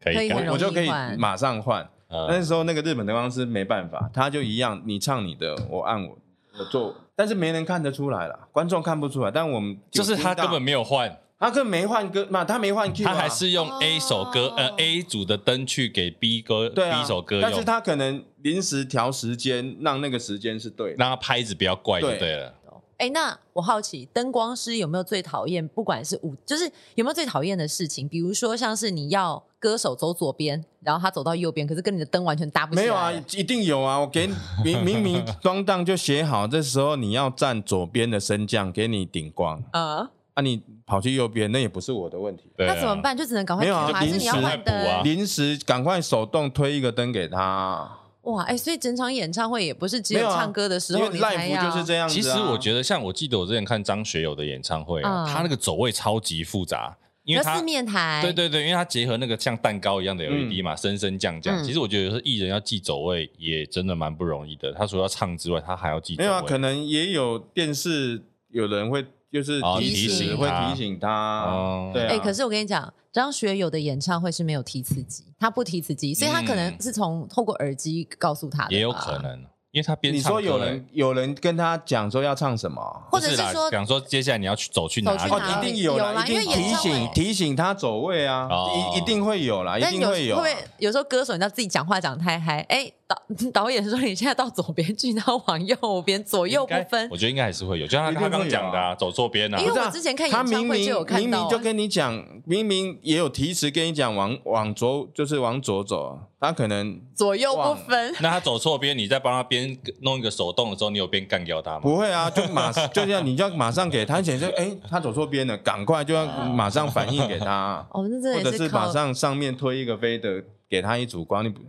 A: 可以
B: 以
A: 很
B: 改
A: 容
C: 我就可以呃
A: 换
C: 马上换。
B: 嗯
C: 那时候那个日本的公司没办法，他就一样，你唱你的，我按我我做，但是没人看得出来了，观众看不出来，但我们有
B: 就是他
C: 听到
B: 根本没有换。
C: 他根本没换歌嘛，他没换 Q，、啊、
B: 他还是用 A 首歌，呃
A: 哦
B: A 组的灯去给 B 歌
C: 对啊，
B: B 首歌
C: 但是
B: 用，
C: 他可能临时调时间，让那个时间是对的。
B: 让他拍子比较怪就对了。
A: 哎、那我好奇，灯光师有没有最讨厌？不管是舞，就是有没有最讨厌的事情？比如说，像是你要歌手走左边，然后他走到右边，可是跟你的灯完全搭不起来。
C: 没有啊，一定有啊！我给你明明明装档就写好，这时候你要站左边的升降，给你顶光
A: 啊、
C: 啊！你跑去右边，那也不是我的问题。
B: 对啊，
A: 那怎么办？就只能赶快
C: 没有啊
A: 调还
C: 临
A: 是你要
C: 时
A: 换灯？
B: 补啊
C: 临时赶快手动推一个灯给他，
A: 哇，哎、所以整场演唱会也不是只
C: 没
A: 有
C: 啊
A: 唱歌的时
C: 因
A: 候
C: 为
A: 你才
C: live
A: 要。
C: 就是这样子啊。
B: 其实我觉得，像我记得我之前看张学友的演唱会啊，
A: 嗯
B: 他那个走位超级复杂，因为
A: 比如
B: 他
A: 四面台，
B: 对，对对，因为他结合那个像蛋糕一样的 LED 嘛，升升降降。
A: 嗯
B: 其实我觉得有时候艺人要记走位也真的蛮不容易的。他除了要唱之外，他还要记走
C: 没
B: 位。
C: 有啊，可能也有电视有人会就是
B: 哦
C: 提
A: 提
C: 醒
A: 醒
C: 会
B: 他
C: 提醒
B: 哦
C: 他，对
A: 哎、
C: 啊。
A: 可是我跟你讲，张学友的演唱会是没有提词机，他不提词机，所以他可能
B: 嗯
A: 是从透过耳机告诉他的，
B: 也有可。能，因为他边
C: 你
B: 唱
C: 说
B: 歌
C: 有
B: 欸
C: 人有人跟他讲说要唱什么？
A: 或者
B: 不
A: 是
B: 啦
A: 说
B: 讲说接下来你要去走去
A: 走
B: 哪
A: 去
B: 里？啊
A: 哪里
C: 哦，一定有
A: 有啦
C: 啦，一定
A: 因为演
C: 提
A: 唱会
C: 醒提醒他走位啊，
B: 哦
C: 一一定会有啦，一
A: 但
C: 定
A: 有
C: 会有啊
A: 会不。会有时候歌手你知道自己讲话讲太嗨？哎，导 [laughs] 导演说你现在到左边去，然后往右边，左右不分
B: 我。觉得应该还是会有，就像
C: 一定
B: 他
C: 会有
B: 他
C: 啊
B: 刚讲的、啊，走错边啊
A: 因为。
C: 不是啊
A: 我之前看演
C: 他
A: 唱
C: 明
A: 会
C: 明
A: 就有看
C: 明
A: 到啊
C: 明就跟你讲，明明也有提示跟你讲往往左，就是往左走，他可能
A: 左右不分，
B: 那他走错边，你在帮他边弄一个手动的时候，你有边干掉他吗？
C: 不会啊，就
B: [laughs]
C: 马就这样，你就要马上给他显示，哎，他走错边了，赶快就要马上反应
A: [laughs]，
C: 给他
A: 哦，那
C: 或
A: 真
C: 者
A: 的
C: 是
A: 靠
C: 马，上上面推一个飞的给他一组光，你不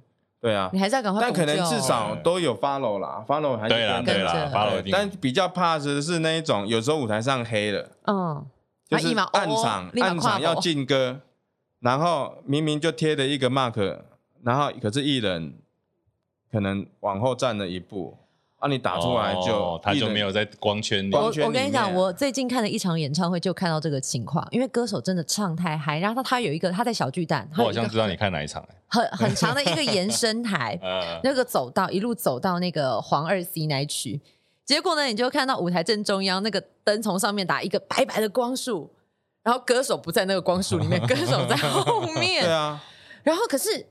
C: 对啊
A: 你，还是要赶快
C: 但
A: 补
C: 可
A: 救。哦
C: 能至少都有 follow 啦，follow 还是
B: 对啦
C: 跟着
B: 对
A: 跟
B: 啦
A: 着
B: ，follow
C: 对
B: 一定。
C: 但比较怕的是那一种，有时候舞台上黑了，
A: 嗯，
C: 就是
A: 啊一码哦
C: 暗
A: 哦
C: 场
A: 立马
C: 暗
A: 跨
C: 场要
A: 步
C: 进歌，然后明明就贴了一个 mark，然后可是艺人可能往后站了一步，啊，你打出来就、
B: 哦他就没有在光圈里
C: 光
A: 我
C: 圈
A: 我跟你
C: 里
A: 讲，
C: 面
A: 我最近看了一场演唱会，就看到这个情况，因为歌手真的唱太嗨，然后他他有一个他在小巨蛋，他有
B: 我好
A: 一个
B: 像知道你看哪一场、欸，，
A: 很很长的一个延伸台
C: [laughs]
B: 呃，
A: 那个走道一路走到那个黄二 C 那一区，结果呢，你就看到舞台正中央那个灯从上面打一个白白的光束，然后歌手不在那个光束里面，歌手在后面
C: [laughs] 对。啊，
A: 然后可是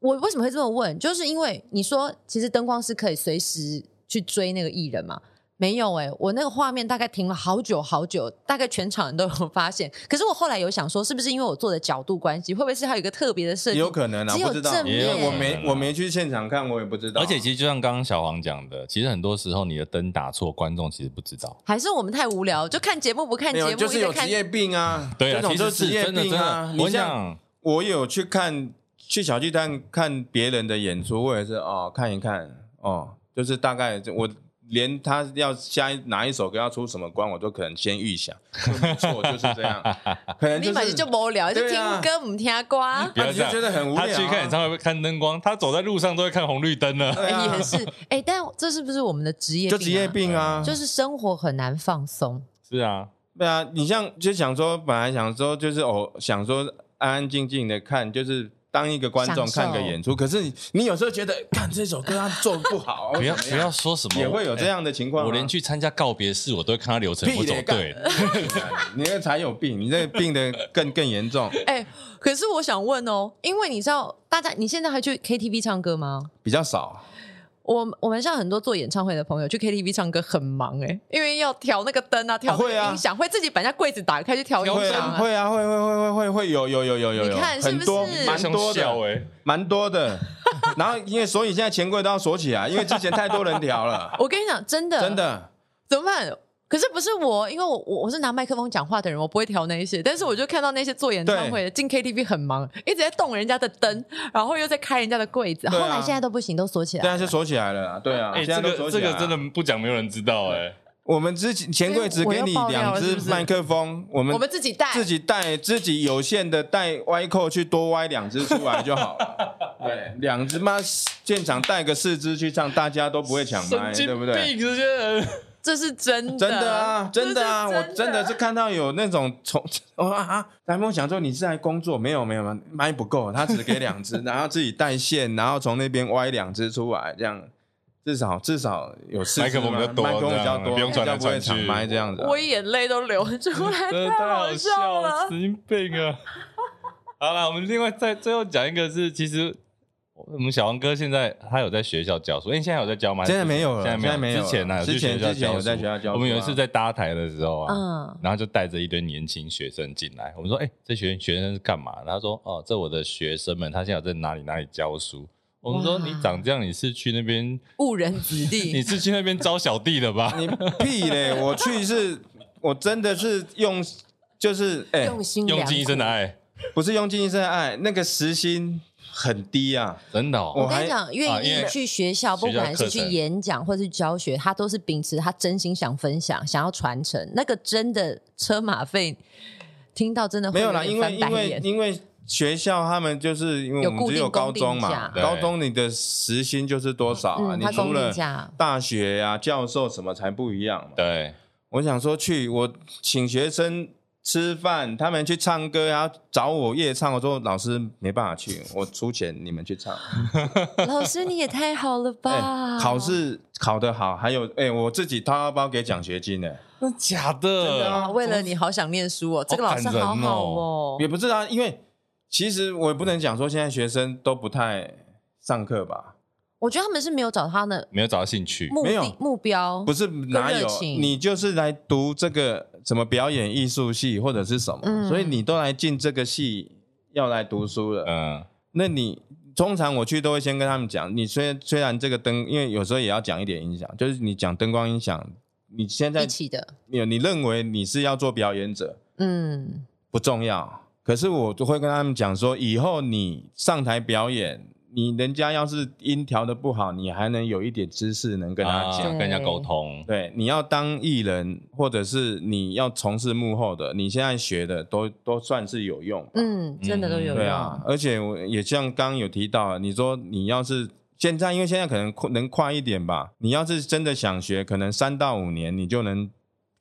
A: 我为什么会这么问？就是因为你说其实灯光是可以随时去追那个艺人嘛。没有哎、我那个画面大概停了好久好久，大概全场人都有发现。可是我后来有想说，是不是因为我做的角度关系，会不会是它有一个特别的设计？
C: 有可能啊，
A: 只有
C: 不知道，
A: 正
C: 因
A: 面
C: 为我
B: 也有可
C: 没
B: 能啊
C: 我没去现场看，我也不知道。
B: 而且其实就像刚刚小黄讲的，其实很多时候你的灯打错，观众其实不知道。
A: 还是我们太无聊，就看节目不看
C: 没
A: 节目，
C: 有，就是有
A: 一直看
C: 职业病啊，
B: 对啊，
C: 这种
B: 其
C: 就
B: 实
C: 职
B: 是
C: 业
B: 真的真
C: 病啊
B: 的。，
C: 你
B: 我
C: 像
B: 想
C: 我有去看去小巨蛋看别人的演出，我也是哦看一看哦，就是大概就我连他要下一哪一首歌要出什么关，我都可能先预想，就没错就是这样，可能
A: 立
C: 就
A: 马就是就无聊，就
C: 对
A: 听
C: 啊
A: 歌不听歌，
B: 不要
C: 你就
B: 这样
C: 觉得很无聊
B: 他
C: 啊
B: 去看演唱会看灯光，他走在路上都会看红绿灯了。
C: 对啊
A: 也是哎、但这是不是我们的职业、啊？
C: 就职业，病啊，
A: 就是生活很难放松。
B: [laughs] 是啊，
C: 对啊，你像就想说，本来想说就是哦，想说安安静静的看，就是当一个观众
A: 享受
C: 看个演出。可是你你有时候觉得，看这首歌他做得不好
B: [laughs]
C: 啊，
B: 不要
C: 或
B: 不
C: 者怎么样
B: 要说什么，
C: 也会有这样的情况啊。
B: 我连去参加告别式，我都会看他流程
C: 屁
B: 我走
C: 咧
B: 对， [laughs]
C: 你那才有病，你那病的更更严重，
A: 哎、可是我想问哦，因为你知道，大家你现在还去 KTV 唱歌吗？
C: 比较少。
A: 我我们像很多做演唱会的朋友去 KTV 唱歌很忙哎、因为要调那个灯啊，调那
C: 会啊
A: 个音响，会自己把人家柜子打开去调音
B: 调
C: 会
A: 响
C: 啊
A: 啊。
C: 会啊会会会会会会有有有有有有，
A: 你看是不
C: 很多
A: 是
C: 蛮多的
B: 哎，
C: 蛮多的。然后因为所以现在钱柜都要锁
B: [laughs]
C: 起来，因为之前太多人调了，
A: 我跟你讲，真的
C: 真的。
A: 怎么办？可是不是我，因为我我我是拿麦克风讲话的人，我不会调那一些。但是我就看到那些做演唱会的进 KTV 很忙，一直在动人家的灯，然后又在开人家的柜子。
C: 对啊
A: 后来现在都不行，都锁起
C: 现
A: 来。
C: 在就锁起来了啊，对啊，
B: 哎，
C: 现在
B: 这
C: 都
B: 个
C: 锁起
B: 这
C: 来
B: 个
C: 啊
B: 真的不讲没有人知道哎，
C: 我们之前钱柜只给你两只麦克风，我们
A: 我们自己带，
C: 自己带自己有限的带歪扣去多歪两只出来就好了。对，两只妈现场带个四只去唱，大家都不会抢麦，
B: 神
C: 对不
B: 经
C: 对？
B: 病这些人，
A: 这是真的，
C: 真的啊，真的啊，
A: 这
C: 我真的是看到有那种从 [laughs] 哦啊啊，来梦想说你是来工作，没有没有没有，麦不够，他只给两只，然后自己带线，然后从那边歪两只出来，这样至少至少有四只
B: 麦克风
C: 嘛
B: 比较多
C: 麦克风比较
B: 这样
C: 多，
B: 不用转来
C: 比较不
B: 转
C: 会
B: 去
C: 抢麦这样子啊。
A: 我眼泪都流 [laughs] 出来，
B: 真的
A: 太好笑了。
B: 神经病啊！
A: [laughs]
B: 好了，我们另外再最后讲一个是，其实我们小王哥现在他有在学校教书，哎，你现在有在教吗？
C: 现在没有了
B: 现在
C: 现在没有
B: 有。
C: 了
B: 之前啊呢，有去
C: 之前
B: 学校
C: 之前有在
B: 书
C: 学校教
B: 我们
C: 书
B: 有一
C: 啊
B: 次在搭台的时候啊，
A: 嗯，
B: 然后就带着一堆年轻学生进来，我们说，哎，这学学生是干嘛？然后他说，哦，这我的学生们，他现在有在哪里哪里教书。我们说
A: 哇
B: 你长这样，你是去那边，
A: 误人子
B: 你
A: 弟。
B: 是去那边招小弟
A: [laughs]
B: 的吧？
C: 你屁嘞！我去是，我真的是用，就是哎、
A: 用心良
B: 用
A: 苦
B: 尽一生的，爱，
C: 不是用尽一生的爱，那个时薪很低啊。
B: 真的哦。
A: 我
C: 我
A: 跟
C: 还
A: 你讲，
B: 啊
A: 愿
B: 因
A: 意
B: 为
A: 去学校，不
B: 学校
A: 管是
B: 课
A: 去
B: 程
A: 演讲或是教学，他都是秉持他真心想分享、想要传承。那个真的车马费，听到真的会
C: 没有啦，
A: 点
C: 因为因
A: 翻白
C: 为
A: 眼
C: 因为学校他们就是因为
A: 有
C: 我
A: 固
C: 们
A: 定
C: 只有高
A: 公定
C: 中
A: 价
C: 嘛，
B: 对
C: 高中你的时薪就是多少啊？
A: 嗯，
C: 你
A: 他
C: 除
A: 公定
C: 了
A: 价
C: 大学呀、教授什么才不一样嘛。
B: 对，
C: 我想说去，我请学生吃饭，他们去唱歌，然后找我夜唱。我说老师没办法去，我出钱，你们去唱。
A: 老师你也太好了吧
C: [laughs] 哎，！考试考得好，还有哎、我自己掏腰包给奖学金呢、
B: 那假的，
C: 的啊
A: 啊为了你好想念书哦，这个老师
B: 好感人
A: 好好
B: 哦
A: 哦。
C: 也不是啊，因为其实我也不能讲说现在学生都不太上课吧，
A: 我觉得他们是没有找他的
B: 没有找到兴趣。
A: 目
C: 没有
A: 的目标，
C: 不是哪有
A: 哦热情
C: 你就是来读这个什么表演艺术系或者是什么，
A: 嗯
C: 所以你都来进这个系要来读书了，
B: 嗯，
C: 那你。通常我去都会先跟他们讲，你虽虽然这个灯，因为有时候也要讲一点音响，就是你讲灯光音响，你现在
A: 一起的，
C: 你你认为你是要做表演者，
A: 嗯，
C: 不重要。可是我就会跟他们讲说，以后你上台表演，你人家要是音调的不好，你还能有一点知识能跟他
B: 啊
C: 讲。
A: 对
B: 跟人家沟通，
C: 对，你要当艺人，或者是你要从事幕后的，你现在学的都都算是有用吧。
A: 嗯，真的都有
C: 对
A: 用。
C: 啊，而且我也像刚刚有提到啊，你说你要是现在，因为现在可能快能快一点吧，你要是真的想学，可能三到五年你就能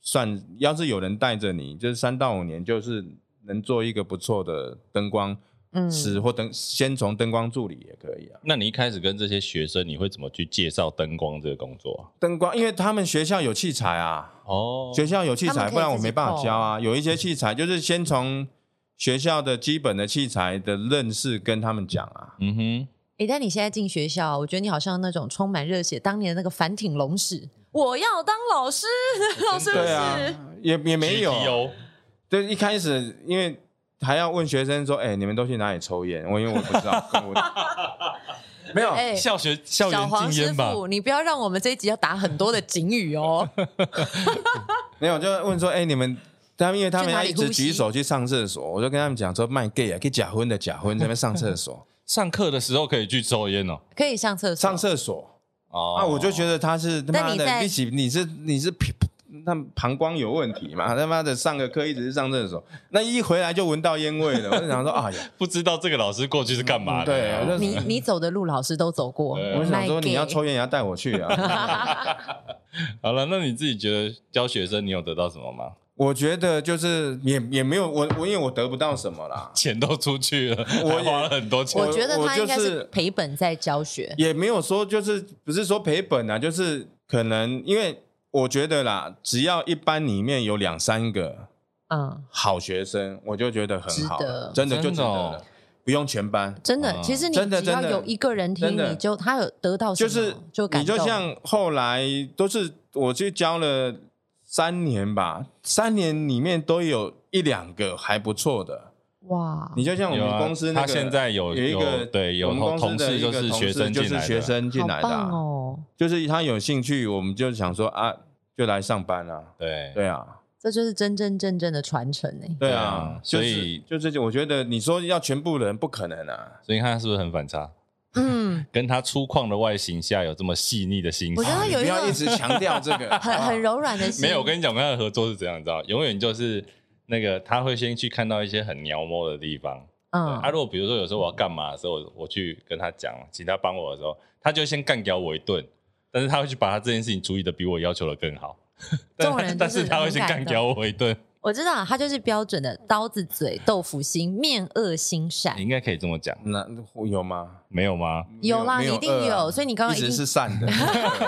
C: 算，要是有人带着你，就是三到五年就是能做一个不错的灯光
A: 嗯，
C: 师或灯，先从灯光助理也可以啊。
B: 那你一开始跟这些学生，你会怎么去介绍灯光这个工作
C: 灯光，因为他们学校有器材啊，
B: 啊？哦
C: 学校有器
A: 他们
C: 材，
A: 可以
C: 不然我没办法教啊。有一些器材就是先从学校的基本的器材的认识跟他们讲啊。
B: 嗯哼，
A: 诶，但你现在进学校，我觉得你好像那种充满热血，当年的那个反挺龙史，我要当老师，老师不
C: 对
A: [laughs]
C: 啊
A: 是？，
C: 也也没有。
B: GTO
C: 对，一开始因为还要问学生说：“哎，你们都去哪里抽烟？”我因为我不知道，
A: [laughs]
C: 跟我没有。
A: 诶
B: 校学校
A: 小
B: 园
A: 黄
B: 禁
A: 师
B: 烟吧？
A: 傅，你不要让我们这一集要打很多的警语
C: [laughs]
A: 哦。
C: 没有，就问说，哎、你们他们因为他们
A: 去哪
C: 要
A: 里
C: 一直
A: 呼吸
C: 举手去上厕所，我就跟他们讲说，卖 gay 啊，给假婚的假婚，在那边上
A: [laughs]
C: 厕所，
B: 上课的时候可以去抽烟哦。
A: 可以上厕所，
C: 上厕所。
B: 哦
C: 啊，我就觉得他是他妈
A: 哦但你在
C: 的，一起你是你是那膀胱有问题嘛？他妈的上个课一直是上厕所，那一回来就闻到烟味了，我就想说，哎呀，
B: 不知道这个老师过去是干嘛的。
C: 嗯对我啊就 [laughs]
A: 你你走的路，老师都走过。
B: 对
C: 我想说
A: 卖给
C: 你要抽烟也要带我
A: [laughs]
C: 去啊。
B: 好了，那你自己觉得教学生你有得到什么吗？ [laughs]
C: 我觉得就是也也没有我我因为我得不到什么啦，
B: 钱都出去了，
C: 我
B: 还花了很多钱
A: 我。觉得
C: 我
A: 他应该
C: 就是
A: 是赔本在教学。
C: 也没有说就是不是说赔本啊，就是可能因为我觉得啦，只要一班里面有两三个
A: 嗯，
C: 好学生，我就觉得很好
A: 值
C: 了，真的就
B: 真
C: 值
B: 的
C: 得
B: 哦
C: 了，不用全班。
A: 真的，
B: 嗯
A: 其实你
C: 啊真的
A: 只要
C: 真的
A: 有一个人听，
C: 真的
A: 你就他有得到什
C: 就
A: 么，
C: 是
A: 就感
C: 你
A: 动
C: 就像后来都是我去教了三年吧，三年里面都有一两个还不错的。
A: 哇，
C: 你就像我
B: 有
C: 们
B: 啊
C: 公司那个，
B: 他现在有
C: 有一个
B: 有对有
C: 我们公司
B: 同
C: 的
B: 事
C: 一个
B: 就是
C: 同
B: 学生
C: 就
B: 进
C: 是
B: 来的
C: 学生进
A: 好
C: 来的啊
A: 棒哦！
C: 就是他有兴趣，我们就想说啊，就来上班啦、
B: 对
C: 对啊，
A: 这就是真真正正的传承
C: [laughs]
A: 哎、
C: 对
B: 啊
C: 啊，就是
B: 所以
C: 就是我觉得你说要全部人不可能啊，
B: 所以你看他是不是很反差？
A: 嗯，
B: 跟他粗犷的外形下有这么细腻的心
A: 我
B: 思
A: 觉。得他有
C: 不
A: 一
C: 要一
A: 个
C: 直强调
A: [laughs]
C: 这个，
A: 很很柔软
B: [laughs]
A: 的心，
B: 啊没有，我跟你讲，我跟他的合作是怎样，你知道？永远就是那个他会先去看到一些很描摹的地方。
A: 嗯
B: 他、啊、如果比如说有时候我要干嘛的时候，我我去跟他讲，请他帮我的时候，他就先干掉我一顿，但是他会去把他这件事情处理的比我要求的
A: [laughs]
B: 更好。但
A: 众人都
B: 但
A: 是
B: 是他会先
A: 很
B: 干
A: 感动
B: 掉我一顿，
A: 我知道他就是标准的刀子嘴豆腐心，面恶心善
B: 你应。该可以这么讲，
C: 那有吗？
B: 没有吗？
A: 有啦，
C: 没
A: 你
C: 有
A: 一定
C: 没有恶啊
A: 有，所以你刚
C: 一
A: 刚
C: 直
A: 定
C: 是善的，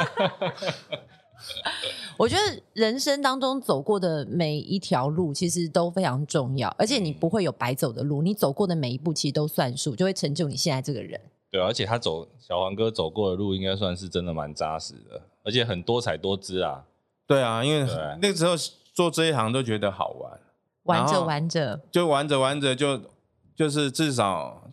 A: [laughs] 我觉得人生当中走过的每一条路其实都非常重要，而且你不会有白走的路，你走过的每一步其实都算数，就会成就你现在这个人。
B: 对啊，而且他走小黄哥走过的路，应该算是真的蛮扎实的，而且很多彩多姿啊。
C: 对啊，因为
B: 对
C: 那时候做这一行都觉得好玩，
A: 玩
C: 然
A: 着
B: 啊
C: 后
A: 玩着，
C: 就玩着玩着就就是至少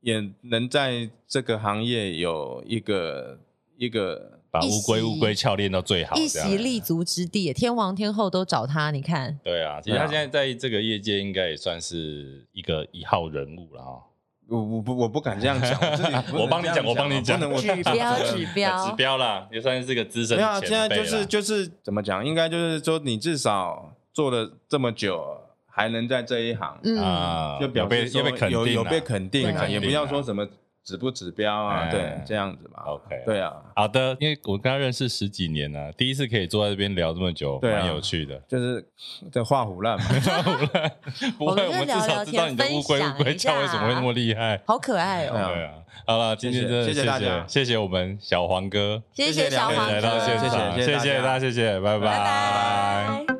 C: 也能在这个行业有一个一个
B: 把
A: 一
B: 乌龟
A: 席
B: 乌龟壳练到最好，
A: 一
B: 这样
A: 席立足之地，天王天后都找他。你看，
B: 对啊，其实他现在在这个业界应该也算是一个一号人物了哈。
C: 我我不我不哦敢这样讲，我自己不
B: [laughs]
C: 能
B: 我帮你
C: 这样啊
B: 讲我帮你讲哎
C: 不能我
A: 指标指标
B: 指，标啦，也算是个资深
C: 没
B: 的
C: 有啊，
B: 前
C: 现在
B: 辈
C: 就
B: 啦
C: 是就是怎么讲，应该就是说你至少做了这么久，还能在这一行，
A: 嗯，
B: 啊，
C: 就
B: 有
C: 表
B: 被
C: 示
B: 有被
C: 说
B: 肯定
C: 有
B: 啦，
C: 有被肯定
A: 被
C: 啊，
A: 肯定
C: 也不要说什么指不指标啊，
B: 哎
C: 对，这样子嘛
B: OK
C: 对啊，
B: 好的，因为我跟他认识十几年了、第一次可以坐在这边聊这么久，
C: 对啊
B: 蛮有
A: [laughs]
B: 趣的。
C: 就是在画虎烂嘛，
B: 不会，
A: 我
B: 我
A: 们就
B: 们至
A: 聊聊
B: 少知道
A: 天
B: 你的乌
A: 分
B: 龟乌
A: 享
B: 龟
A: 一
B: 壳为什么会那么厉害。
A: 好可爱
C: 对
A: 哦！
C: 啊
B: 对啊，好了，今天
C: 谢
B: 真的
C: 谢谢谢大家
B: 谢谢我们小黄哥，
A: 谢谢
C: 谢谢
A: 小
C: 两位
A: 黄
B: 啊来
A: 哥，
B: 到现
C: 谢谢
B: 场，
C: 谢谢
B: 谢
C: 大
B: 大
C: 家
B: 家，谢谢，拜
A: 拜拜。